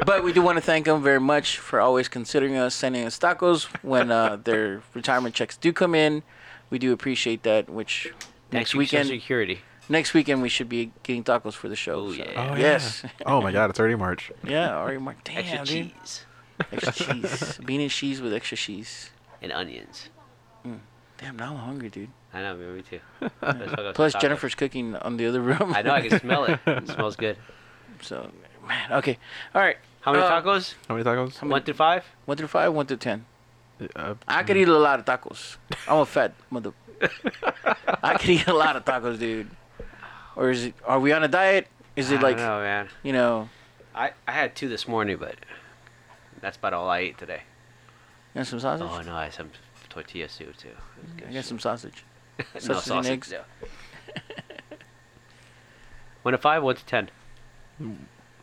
A: but we do want to thank them very much for always considering us, sending us tacos when uh, their retirement checks do come in. We do appreciate that. Which next
C: Thank you, Social
A: weekend,
C: Security.
A: next weekend we should be getting tacos for the show.
C: Oh,
A: so-
C: yeah.
B: Oh,
A: Yes.
B: yeah. oh my God, it's already March.
A: Yeah. Ari Mark. Damn,
C: Extra
A: dude.
C: cheese
A: Extra cheese. Bean and cheese with extra cheese.
C: and onions.
A: Damn, now I'm hungry, dude.
C: I know, me too. Let's talk about
A: Plus
C: tacos.
A: Jennifer's cooking on the other room.
C: I know I can smell it. It smells good.
A: So, man. Okay. All right.
C: How many
A: Uh,
C: tacos?
B: How many tacos?
C: One through five?
A: One through five. One through ten.
B: Uh,
A: I could eat a lot of tacos. I'm a fat mother. I could eat a lot of tacos, dude. Or is it? Are we on a diet? Is
C: I
A: it
C: don't
A: like
C: know, man.
A: you know?
C: I, I had two this morning, but that's about all I ate today.
A: You got some sausage?
C: Oh, no, I had some tortilla soup, too. It was good
A: I got
C: shit.
A: some sausage. sausage
C: no
A: and
C: sausage.
A: eggs.
C: no. one to five, one to ten.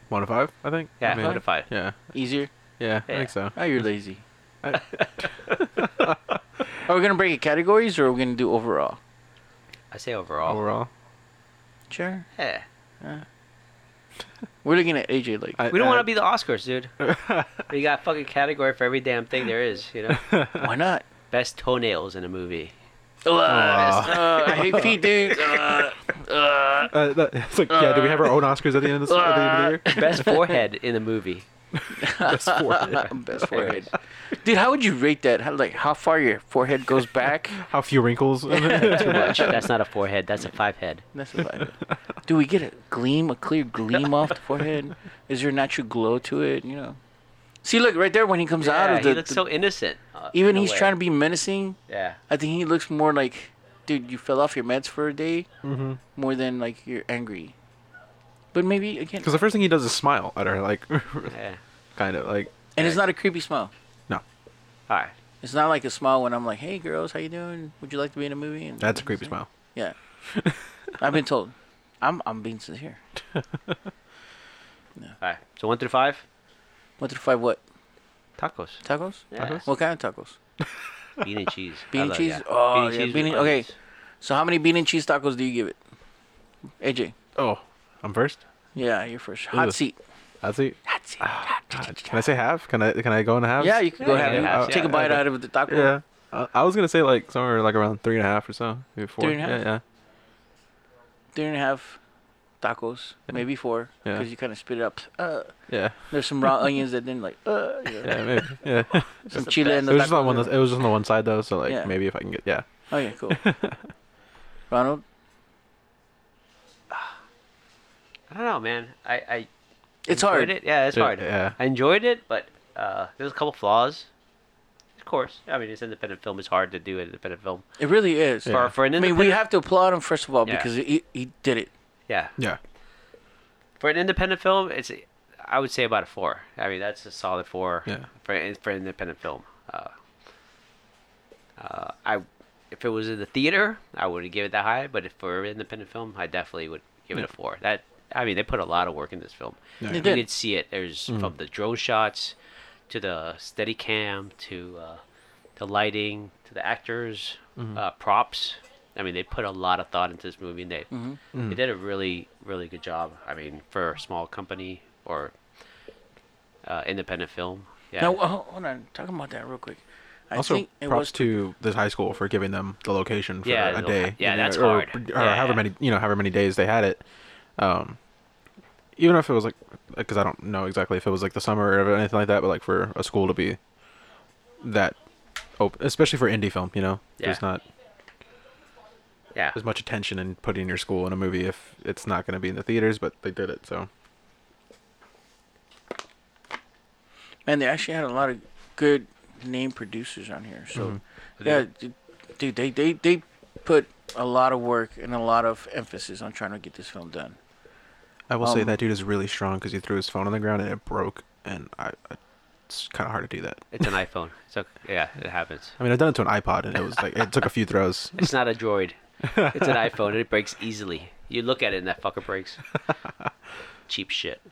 B: one to five, I think.
C: Yeah,
B: I mean,
C: one to five.
B: Yeah,
A: Easier?
B: yeah, I
C: Yeah.
B: think so.
A: Oh, you're lazy.
B: I-
A: Are we gonna break it categories or are we gonna do overall?
C: I say overall. Eh.
B: Overall,
A: Sure.
C: Yeah.
A: We're looking at AJ like
B: I-
C: We don't
B: I-
C: want to be the Oscars, dude. we got a fucking category for every damn thing there is, you know?
A: why not?
C: Best toenails in a movie.
A: Uh, I hate feet, dude. Uh, uh,
B: Uh, that, it's like, yeah. Do we have our own Oscars at the end of, this, at the, end of the year?
C: Best forehead in a movie.
B: Best forehead.
A: best forehead, dude. How would you rate that? How, like how far your forehead goes back?
B: How few wrinkles?
C: Too much. That's not a forehead. That's a five head.
A: That's what I Do we get a gleam, a clear gleam off the forehead? Is there a natural glow to it? You know. See, look right there when he comes out
C: Yeah,
A: of the.
C: he looks
A: the-
C: so innocent. uh,
A: even
C: in a
A: he's
C: way.
A: trying to be menacing.
C: Yeah.
A: I think he looks more like, dude, you fell off your meds for a day,
B: Mm-hmm.
A: more than like you're angry. But maybe again,
B: Because the first thing he does is smile at her, like,
C: Yeah.
B: kind of like,
A: and it's not a creepy smile.
B: no,
C: All right.
A: It's not like a smile when I'm like, hey girls, how you doing? Would you like to be in a movie? And
B: that's a creepy smile.
A: Yeah. I've been told. I'm I'm being sincere.
C: All right. So one through five,
A: What through five? What
C: tacos.
A: tacos?
C: Yeah.
A: What kind of tacos?
C: Bean and cheese. I
A: Bean and
C: love-
A: cheese?
C: yeah.
A: Oh,
C: Bean and
A: yeah,
C: cheese
A: bean
C: with
A: and- okay.
C: onions.
A: So how many bean and cheese tacos do you give it? AJ.
B: Oh, I'm first.
A: Yeah, you're first. Hot
B: Ugh.
A: seat.
B: That's it.
A: Hot seat.
B: Ah, God, Can I say half? Can I? Can I go and half?
A: Yeah, you can go
C: Yeah,
A: ahead.
C: yeah,
A: and
C: half,
A: Take
C: yeah.
A: a bite out of the taco.
B: Yeah. Uh, I was gonna say like somewhere like around three and a half or so, maybe four.
A: Three and a half?
B: Yeah, yeah.
A: Three and a half tacos, maybe four,
B: Yeah.
A: because you kind of spit it up. Uh,
B: Yeah,
A: there's some raw onions that then like uh, you know,
B: yeah, maybe. Yeah,
A: some chili in
B: it
A: the
B: was just
A: taco.
B: on one. It was just on the one side though, so like
A: Yeah.
B: maybe if I can get, yeah,
A: okay, cool. Ronald,
C: I don't know, man. I, I
A: it's
C: enjoyed
A: hard.
C: It. Yeah, it's
B: Yeah,
C: hard.
B: yeah.
C: I enjoyed it, but uh, there's a couple flaws. Of course. I mean, it's independent film. It's hard to do an independent film.
A: It really is.
B: Yeah.
C: For, for an
A: I mean,
C: independent,
A: we have to applaud him first of all
C: Yeah.
A: because he he did it.
C: yeah.
B: yeah.
C: For an independent film, it's I would say about a four. I mean, that's a solid four.
B: Yeah.
C: For for an independent film, uh, uh, I if it was in the theater, I wouldn't give it that high. But if for an independent film, I definitely would give it a four. That I mean, they put a lot of work in this film.
B: Yeah. They
C: you
A: did.
C: could see it. There's from the drone shots to the steady cam to uh, the lighting to the actors, uh, props. I mean, they put a lot of thought into this movie, and they they did a really really good job. I mean, for a small company or uh, independent film, yeah,
A: Now, oh, hold on, talking about that real quick. I
B: Also,
A: think it
B: props
A: was
B: to this high school for giving them the location for
C: Yeah,
B: a
C: the-
B: day.
C: yeah,
B: you
C: that's
B: or,
C: hard.
B: Or
C: Yeah,
B: however
C: yeah.
B: many, you know, however many days they had it. Um, even if it was like, because I don't know exactly if it was like the summer or anything like that, but like for a school to be that open, especially for indie film, you know, there's
C: Yeah.
B: not
C: yeah.
B: as much attention in putting your school in a movie if it's not going to be in the theaters, but they did it. So
A: Man, they actually had a lot of good name producers on here. So,
B: Mm-hmm.
A: yeah, d- dude, they, they, they put a lot of work and a lot of emphasis on trying to get this film done.
B: I will say
A: Um,
B: that dude is really strong because he threw his phone on the ground and it broke, and I, I it's kind of hard to do that.
C: It's an iPhone. So yeah, it happens.
B: I mean, I've done it to an iPod, and it was like it took a few throws.
C: It's not a droid. It's an iPhone. and It breaks easily. You look at it and that fucker breaks. Cheap shit.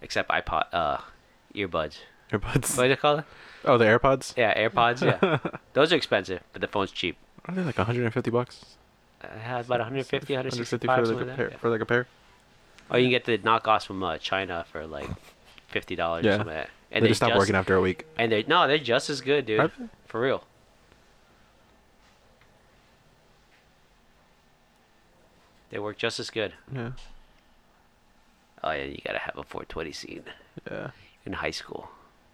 C: Except iPod, uh, earbuds.
B: Earbuds.
C: What do you call it?
B: oh, the AirPods.
C: Yeah, AirPods. Yeah, those are expensive, but the phone's cheap.
B: Are they like 150 bucks?
C: Uh, about
B: 150
C: 150, 165,
B: for
C: something
B: like a
C: like
B: pair.
C: that. Yeah.
B: For like a pair.
C: Or you can get the knockoffs from uh, China for like fifty dollars or
B: Yeah.
C: something. Like that.
B: They,
C: And
B: just stopped working after a week.
C: And they no, they're just as good, dude.
B: Right.
C: For real. They work just as good.
B: Yeah.
C: Oh yeah, you gotta have a 420 scene
B: Yeah.
C: in high school.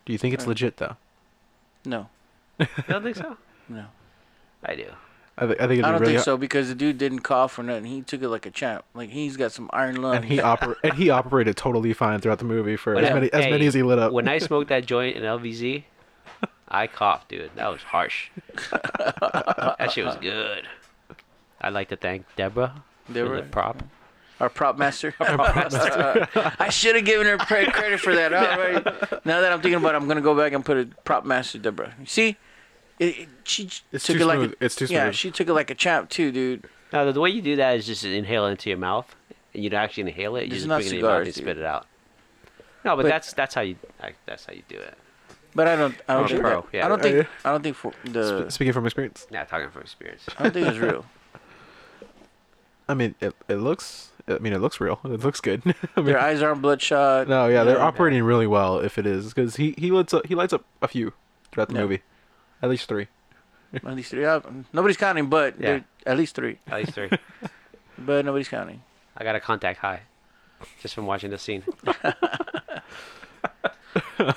B: Do you think it's
A: Right.
B: legit though?
A: No,
C: You don't think so?
A: no.
C: I do.
B: I, th- I think it'd
A: I
B: be
A: don't
B: really.
A: think so because the dude didn't cough or nothing. He took it like a champ. Like he's got some iron lungs.
B: And he oper- and he operated totally fine throughout the movie for as
C: Whatever.
B: many as
C: Hey,
B: many as he lit up.
C: When I smoked that joint in LVZ, I coughed, dude. That was harsh. that shit was good. I'd like to thank Deborah
A: They
C: for
A: were
C: the prop.
A: our prop master. I should have given her pre- credit for that. All right. Now that I'm thinking about it, I'm gonna go back and put a prop master Deborah. You see, it, it- she
B: It's
A: took
B: too
A: it like
B: smooth.
A: a,
B: It's too
A: Yeah,
B: smooth.
A: she took it like a champ too, dude.
C: No, the- the way you do that is just inhale into your mouth, and you don't actually inhale it. You
A: This is
C: just
A: not
C: bring it in your mouth
A: cigars,
C: and
A: dude.
C: spit it out. No, but,
A: But-
C: that's that's how you I, that's how you do it.
A: But I don't. I
C: Oh,
A: don't think.
C: pro,
A: that-
C: yeah.
A: I don't
B: Yeah.
A: think. I don't think for the.
B: Uh, Speaking from experience,
C: Not talking from experience.
A: I don't think it's real.
B: I mean, it, it looks. I mean, it looks real. It looks good. I mean,
A: Their eyes aren't bloodshot.
B: no, yeah, they're
A: Yeah.
B: operating really well. If it is, because he he lights up he lights up a few throughout the
A: Yeah.
B: movie, at least three.
A: At least three. Uh, Nobody's counting, but
C: Yeah.
A: there- at least three.
C: At least three.
A: But nobody's counting.
C: I got a contact high, just from watching this scene.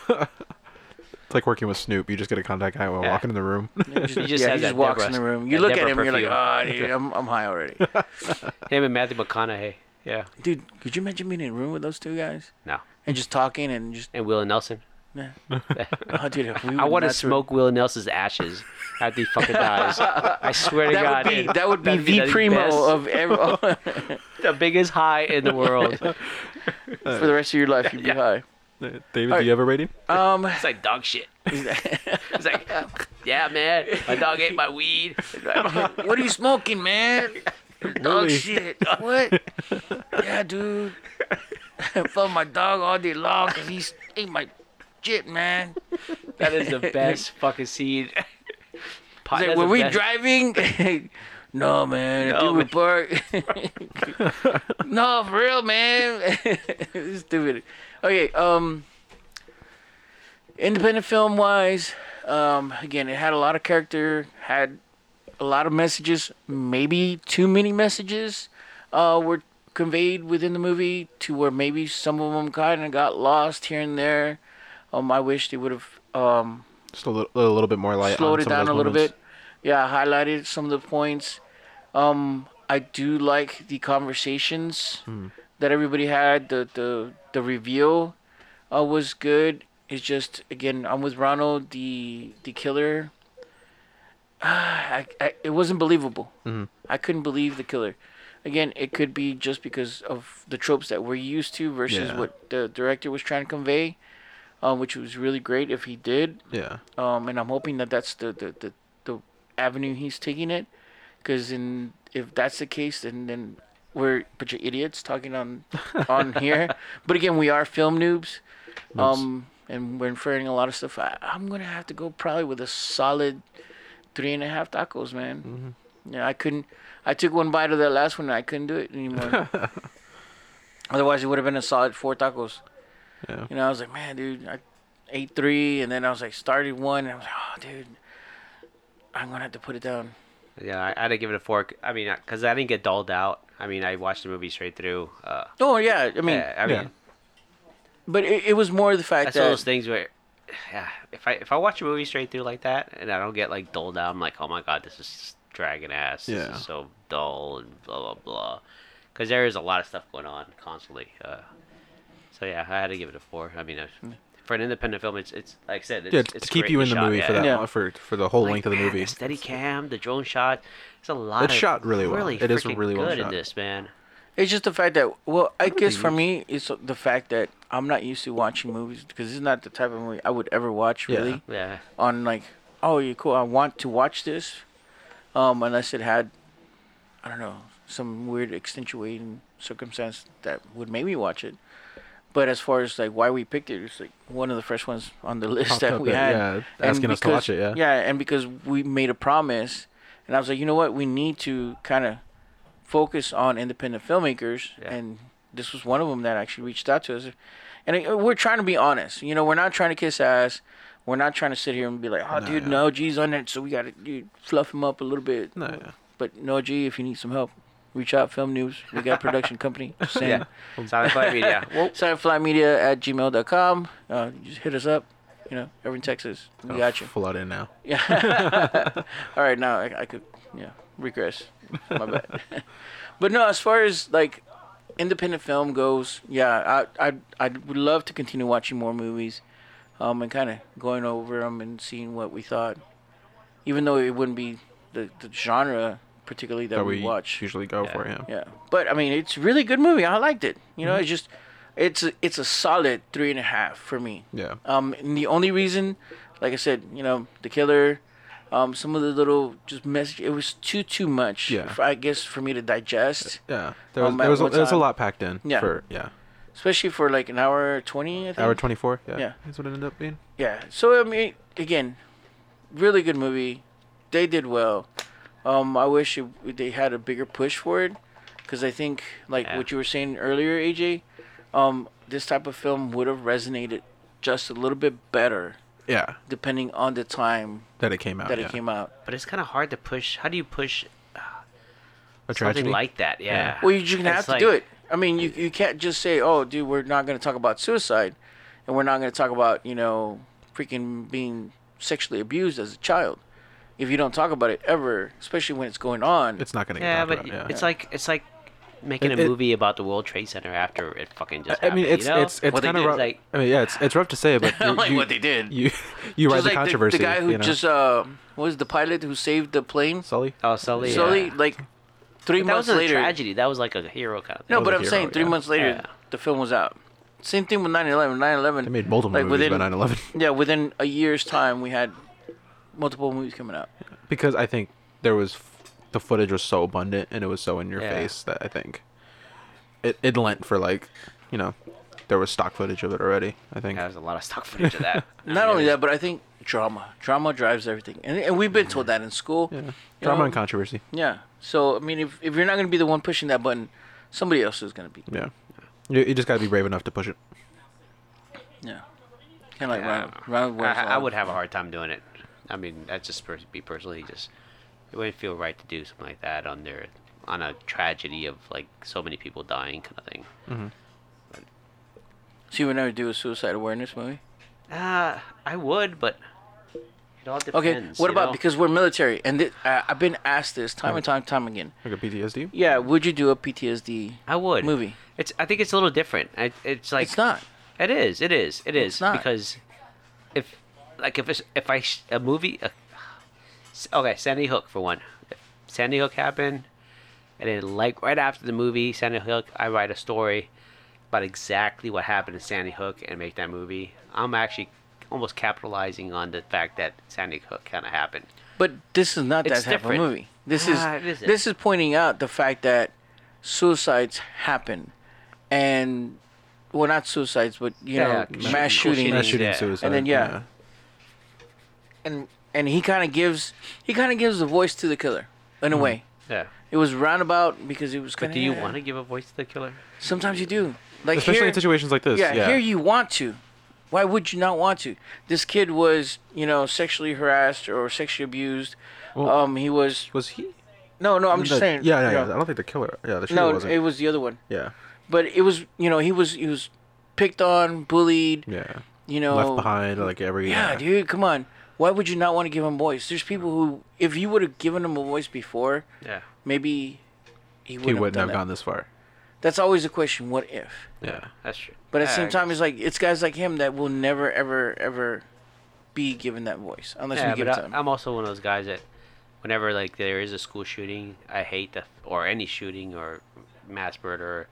B: It's like working with Snoop. You just get a contact guy while
C: Yeah.
B: walking in the room.
A: You just,
C: You just
A: yeah,
C: had
A: he just
C: that
A: walks
C: Deborah-
A: in the room. You
C: that
A: look
C: Deborah
A: at him, you're like,
C: perfume.
A: oh, dude, I'm, I'm high already.
C: Him and Matthew McConaughey. Yeah.
A: dude, could you imagine being in a room with those two guys
C: No.
A: and just talking and just,
C: And Will and Nelson.
A: nah. oh, dude, if we
C: I
A: would
C: want to
A: not sur-
C: smoke Will Nelson's ashes after he fucking dies. I swear to
A: That
C: God,
A: would be
C: dude.
A: that would be
C: That'd
A: the primo
C: best-
A: of every,
C: the biggest high in the world.
A: for the rest of your life. You'd be
B: Uh, David,
A: Alright.
B: do you have a rating?
A: high. Um,
C: It's like dog shit. It's like, yeah, man, my dog ate my weed.
A: what are you smoking, man? Dog
B: Really?
A: shit. What? yeah, dude. I felt my dog all day long because he ate my shit, man.
C: That is the best fucking seed. Pot,
A: It's like,
C: that's
A: were
C: the
A: we
C: best-
A: driving? no, man.
C: No,
A: No, park. no, for real, man. It's Stupid. Okay. Um. Independent film wise, um, again, it had a lot of character, had a lot of messages. Maybe too many messages uh, were conveyed within the movie to where maybe some of them kind of got lost here and there. Um, I wish they would have um,
B: Just a little, a little bit more light.
A: slowed
B: on
A: it
B: some of
A: down a
B: those
A: little
B: moments.
A: bit. Yeah, highlighted some of the points. Um, I do like the conversations
B: Hmm.
A: that everybody had. The the the reveal uh, was good. It's just again, I'm with Ronald, the the killer. I, I, it wasn't believable.
B: Hmm.
A: I couldn't believe the killer. Again, it could be just because of the tropes that we're used to versus
B: Yeah.
A: what the director was trying to convey, um, which was really great if he did
B: Yeah.
A: um, and I'm hoping that that's the the, the, the avenue he's taking it, because in if that's the case, then then we're a bunch of idiots talking on on here. But again, we are film noobs, um, and we're inferring a lot of stuff. I, I'm gonna have to go probably with a solid three and a half tacos, man. Yeah, I couldn't. I took one bite of that last one, and I couldn't do it anymore. Otherwise, it would have been a solid four tacos.
B: Yeah.
A: You know, I was like, man, dude, I ate three, and then I was like, started one, and I was like, oh, dude, I'm gonna have to put it down.
C: Yeah, I, I had to give it a fork. I mean, because I didn't get dulled out. I mean, I watched the movie straight through. Uh,
A: Oh yeah, I mean,
C: yeah, I mean,
B: yeah.
A: but it, it was more the fact
C: that's one of those
A: that
C: things where, yeah, if I if I watch a movie straight through like that and I don't get like dulled out, I'm like, oh my god, this is dragging ass. This
B: Yeah.
C: is so dull and blah blah blah. Because there is a lot of stuff going on constantly. Uh, so yeah, I had to give it a four. I mean, uh, for an independent film, it's it's like I said,
B: Mm.
C: it's,
B: Yeah,
C: it's
B: to keep
C: great
B: you in the
C: shot,
B: movie
C: yeah,
B: for that
A: Yeah.
B: long- for for the whole
C: Like,
B: length of the
C: man,
B: movie.
C: The steady cam, the drone shot. It's a lot.
B: It's
C: of
B: shot really well.
C: Really
B: It is
C: freaking
B: really well
C: good in
B: shot.
C: this man.
A: It's just the fact that, well, I guess for me, it's the fact that I'm not used to watching movies because it's not the type of movie I would ever watch,
B: Yeah.
A: really.
C: Yeah.
A: On, like, oh, you cool, I want to watch this. Um, unless it had, I don't know, some weird extenuating circumstance that would make me watch it. But as far as, like, why we picked it, it's, like, one of the first ones on the list
B: Popped
A: that
B: up,
A: we
B: uh,
A: had.
B: yeah,
A: And
B: asking us to
A: because-
B: watch it. Yeah.
A: Yeah, and because we made a promise, and I was like, you know what, we need to kind of focus on independent filmmakers,
C: Yeah.
A: and this was one of them that actually reached out to us, and it, we're trying to be honest. You know, we're not trying to kiss ass. We're not trying to sit here and be like, oh,
B: No,
A: dude,
B: yeah.
A: no, G's on it, so we gotta dude, fluff him up a little bit.
B: No, yeah.
A: But no, G, if you need some help, reach out. Film News, we got a production company. Just saying.
C: Yeah. Silent Fight Media. Well,
A: Silentflymedia at gmail.com. Uh, just hit us up. You know, over in Texas, we
B: Oh,
A: got you.
B: Flood in now.
A: Yeah. All right, now I, I could, yeah, regress. My bad. but no, as far as like independent film goes, yeah, I I I would love to continue watching more movies, um, and kind of going over them and seeing what we thought, even though it wouldn't be the the genre particularly that,
B: That
A: we,
B: we
A: watch.
B: usually go
C: Yeah.
B: for. Yeah.
A: Yeah, but I mean, it's a really good movie. I liked it. You know, it's just it's a, it's a solid three and a half for me.
B: Yeah.
A: Um, and the only reason, like I said, you know, the killer, um, some of the little just message. It was too too much.
B: Yeah.
A: f- I guess for me to digest,
B: Yeah. There was
A: Um, at
B: there was, a,
A: one
B: there was a
A: time-
B: lot packed in.
A: Yeah.
B: For yeah.
A: especially for like an hour twenty. I think.
B: Hour twenty four. Yeah.
A: Yeah.
B: That's what it ended up being.
A: Yeah. So I mean, again, really good movie. They did well. Um, I wish it, they had a bigger push for it, because I think like
C: Yeah.
A: what you were saying earlier, AJ, um, this type of film would have resonated just a little bit better
B: Yeah.
A: depending on the time
B: That it came out.
A: that
B: Oh, yeah.
A: it came out.
C: but it's kind of hard to push. How do you push
B: A
C: something
B: tragedy.
C: like that? Yeah.
B: Yeah.
A: Well, you're just gonna have
C: It's
A: to
C: like-
A: do it. I mean, you you can't just say, "Oh, dude, we're not gonna talk about suicide, and we're not gonna talk about you know freaking being sexually abused as a child." If you don't talk about it ever, especially when it's going on,
B: it's not gonna get
C: Yeah,
B: talked
C: but
B: about, yeah.
C: it's like it's like making
B: It-
C: a
B: it-
C: movie about the World Trade Center after it fucking just
B: I
C: happened.
B: mean, it's
C: you know?
B: it's it's
C: What they
B: kind of
C: did is,
B: rough.
C: like
B: I mean, yeah, it's it's rough to say, but you,
A: Like
B: you-
A: what they did.
B: You you ride
A: Just
B: the
A: like
B: controversy.
A: The, guy who
B: you know?
A: just uh, what was the pilot who saved the plane?
B: Sully.
C: oh Sully. yeah.
A: Slowly, like three
C: That
A: months
C: wasn't
A: later.
C: a tragedy. That was like a hero kind of thing.
A: No,
B: was
A: but
B: a
A: I'm
B: hero,
A: saying three
B: yeah.
A: months later,
C: Yeah.
A: the film was out. Same thing with 9/11. 9/11.
B: They made multiple
A: like,
B: movies
A: within-
B: about 9/11
A: Yeah, within a year's time, we had multiple movies coming out.
B: because I think there was f- the footage was so abundant and it was so in your
C: Yeah.
B: face that I think it it lent for like you know there was stock footage of it already. I think.
C: Yeah, there's a lot of stock footage of that.
A: Not only that, but I think drama. Drama drives everything, and, and we've been told that in school.
B: Yeah.
A: You
B: Drama
A: know?
B: and controversy.
A: Yeah. So I mean, if if you're not gonna be the one pushing that button, somebody else is gonna be.
B: Yeah. You, you just got to be brave enough to push it.
A: Yeah. Kind of like
C: Yeah, I
A: Ron.
C: don't know.
A: Ron Ward's
C: I, I
A: Olive.
C: would have a hard time doing it. I mean, that's just pers- be personally just. It wouldn't feel right to do something like that on their on a tragedy of like so many people dying kind of thing.
A: So you would never do a suicide awareness movie.
C: Uh, I would, but it all depends.
A: Okay. what
C: you
A: about
C: know?
A: because we're military, and thi- I I've been asked this time and time time again.
B: Like a PTSD.
A: Yeah. Would you do a PTSD?
C: I would
A: movie.
C: It's I think it's a little different. I, it's like
A: It's not.
C: It is. It is. It is
A: not.
C: because if like if it's, if I sh- a movie uh, s- okay Sandy Hook for one. If Sandy Hook happened, and then like right after the movie Sandy Hook, I write a story about exactly what happened in Sandy Hook and make that movie. I'm actually almost capitalizing on the fact that Sandy Hook kind of happened.
A: But this is not that
C: It's
A: type
C: different.
A: of movie. This
C: Ah, it
A: is
C: isn't.
A: this is pointing out the fact that suicides happen, and well, not suicides, but you
C: Yeah,
A: know,
C: yeah,
A: mass,
C: mass
A: shootings.
B: Mass shooting
C: yeah.
B: suicide.
A: And then, yeah. And and he kind of gives he kind of gives the voice to the killer in a
B: Mm-hmm.
A: way.
C: Yeah.
A: It was roundabout because it was kind
C: But
A: of.
C: do you want to give a voice to the killer?
A: Sometimes you do. Like
B: Especially
A: here,
B: in situations like this.
A: yeah, here you want to. Why would you not want to? This kid was, you know, sexually harassed or sexually abused.
B: Well-
A: um, he was
B: was he?
A: no, no. I'm just
B: the-
A: saying.
B: Yeah, yeah,
A: you
B: yeah.
A: know.
B: I don't think the killer. Yeah, the shooter
A: No,
B: wasn't.
A: it was the other one.
B: yeah,
A: But it was, you know, he was he was picked on, bullied,
B: yeah.
A: you know,
B: Left behind, like every.
A: Yeah,
B: yeah.
A: dude, come on. Why would you not want to give him voice? There's people who, if you would have given him a voice before,
C: Yeah.
A: maybe he wouldn't,
B: He wouldn't
A: have,
B: have
A: done
B: gone this far.
A: That. That's always the question. What if?
B: Yeah.
C: That's true.
A: But at the
C: Yeah,
A: same
C: I
A: time, it's like it's guys like him that will never, ever, ever be given that voice unless
C: Yeah,
A: we give
C: but
A: it to
C: I,
A: them.
C: I'm also one of those guys that, whenever like there is a school shooting, I hate the or any shooting or mass murderer.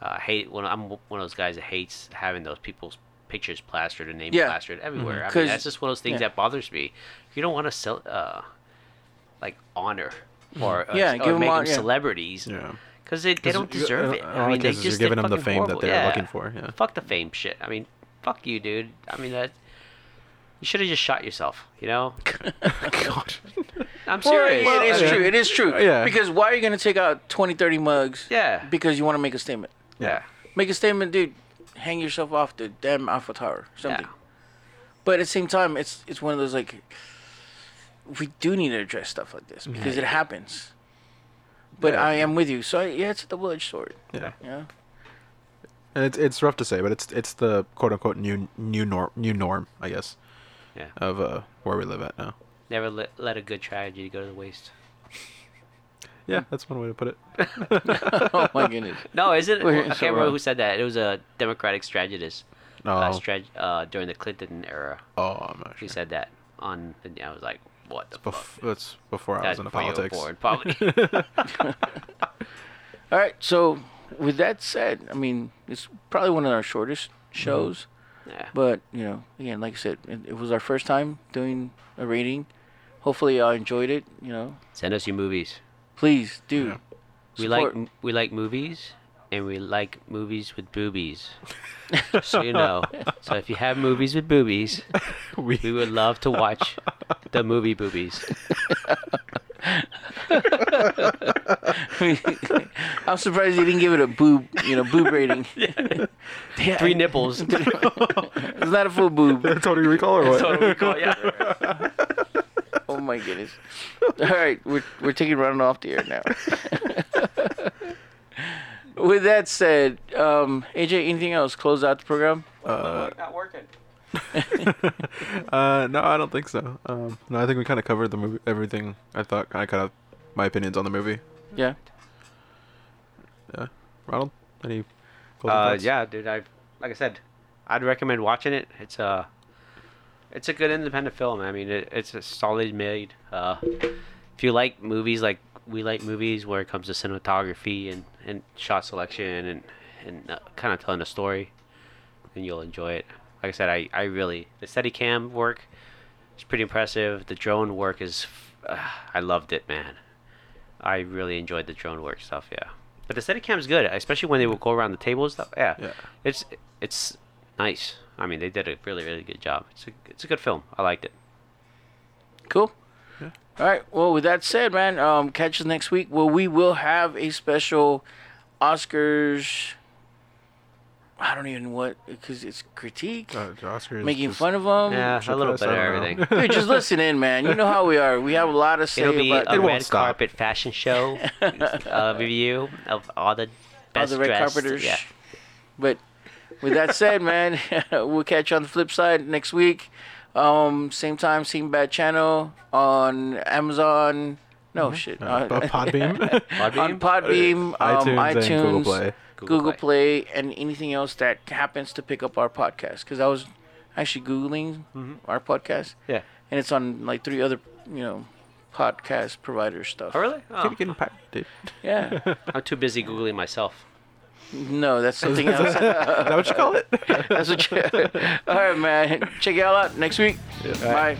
C: Uh, hate when I'm one of those guys that hates having those people's pictures plastered and names
A: Yeah. Mm-hmm.
C: plastered everywhere. I mean,
A: 'Cause-
C: that's just one of those things
A: yeah.
C: that bothers me. You don't want to sell, uh, like honor or uh,
A: Mm-hmm. Yeah,
C: or
A: give 'em
C: make
A: hon-
C: them
A: yeah. uh,
C: celebrities.
B: Yeah.
C: Because they, they don't
B: you-
C: deserve
B: in
C: it.
B: a
C: I
B: lot
C: mean,
B: of
C: they
B: cases,
C: just
B: you're
C: did
B: giving them the
C: fucking
B: fame that
C: horrible-
B: they're
C: yeah.
B: looking for, yeah.
C: Fuck the fame shit. I mean, fuck you, dude. I mean that. You should have just shot yourself. You know.
B: God.
A: Well,
C: I'm serious.
A: it is
B: yeah.
A: true. It is true.
B: Yeah.
A: Because why are you going to take out 20, 30 mugs?
C: Yeah.
A: Because you want to make a statement.
C: yeah.
A: Make a statement, dude. Hang yourself off the damn Eiffel Tower. or Something.
C: Yeah.
A: But at the same time, it's it's one of those like we do need to address stuff like this because it happens. But I am with you. So yeah, it's a double-edged sword.
B: Yeah.
A: Yeah.
B: And it's it's rough to say, but it's it's the quote unquote new new norm new norm, I guess,
C: Yeah.
B: of uh where we live at now.
C: Never let, let a good tragedy go to waste.
B: Yeah, that's one way to put it.
A: oh my goodness.
C: No, is it?
A: Wait, so,
C: I can't remember
A: uh,
C: who said that. It was a Democratic strategist
A: Oh.
B: No,
C: uh, strat- uh, during the Clinton era.
B: oh, I'm not
C: Who
B: sure.
C: said that? On and I was like, what the fuck?
B: Bef- that's before I was
C: That's
B: into
C: before you were
B: politics.
C: born, probably.
A: All right. So with that said, I mean it's probably one of our shortest shows.
C: yeah.
A: But you know, again, like I said, it, it was our first time doing a rating. Hopefully, y'all enjoyed it. You know,
C: Send us your movies.
A: please do.
B: Yeah.
C: We
A: Support.
C: like m- we like movies, and we like movies with boobies. so you know. So if you have movies with boobies,
B: We,
C: we would love to watch the movie boobies.
A: I'm surprised you didn't give it a boob, you know, boob rating. Yeah,
C: Three nipples.
A: It's not a full boob.
B: Total Recall or what?
C: So we call- yeah.
A: Oh my goodness. All right, we're we're taking running off the air now. With that said, um, AJ, anything else? Close out the program.
C: not working.
B: Uh, no, I don't think so. Um, no, I think we kind of covered the movie, everything. I thought I kind of my opinions on the movie.
A: Yeah.
B: Ronald, any? closing
C: Uh,
B: thoughts?
C: yeah, dude. I like I said, I'd recommend watching it. It's a, it's a good independent film. I mean, it, it's a solid made. Uh, if you like movies like we like movies, where it comes to cinematography and, and shot selection and and uh, kind of telling a story, then you'll enjoy it. Like I said, I, I really the Steadicam work is pretty impressive. The drone work is, uh, I loved it, man. I really enjoyed the drone work stuff, yeah. But the Steadicam's good, especially when they would go around the table and stuff. Yeah.
B: Yeah.
C: It's it's nice. I mean, they did a really really good job. It's a it's a good film. I liked it.
A: Cool. All right. Well, with that said, man, um, catch us next week. Well, we will have a special Oscars. I don't even what because it's critique,
B: Uh, the Oscars
A: making
B: just-
A: fun of them.
C: Yeah, a little
B: Surprised,
C: bit of
B: I don't know.
C: everything.
A: Dude, just listen in, man. You know how we are. We have a lot to say
C: It'll be
A: about
C: a
B: won't
C: red
B: stop.
C: carpet fashion show uh, review of all the
A: all
C: best
A: the red
C: dressed-
A: carpeters.
C: Yeah.
A: But with that said, man, we'll catch you on the flip side next week. Um, same time, same bad channel on Amazon. No
C: Mm-hmm.
A: shit.
B: Uh,
A: on-
B: but Podbeam.
A: on
C: Podbeam?
A: Podbeam, um,
B: iTunes
A: iTunes,
B: and Google Play.
A: Google,
C: Google
A: Play. and anything else that happens to pick up our podcast. Because I was actually googling
C: Mm-hmm.
A: our podcast,
C: Yeah.
A: and it's on like three other you know podcast provider stuff.
C: Oh really? Oh,
B: Keep getting pirated.
A: Yeah.
C: I'm too busy googling myself.
A: no, that's something else.
B: Is that what you call it?
A: that's what. You... All right, man. Check it all out next week. Bye.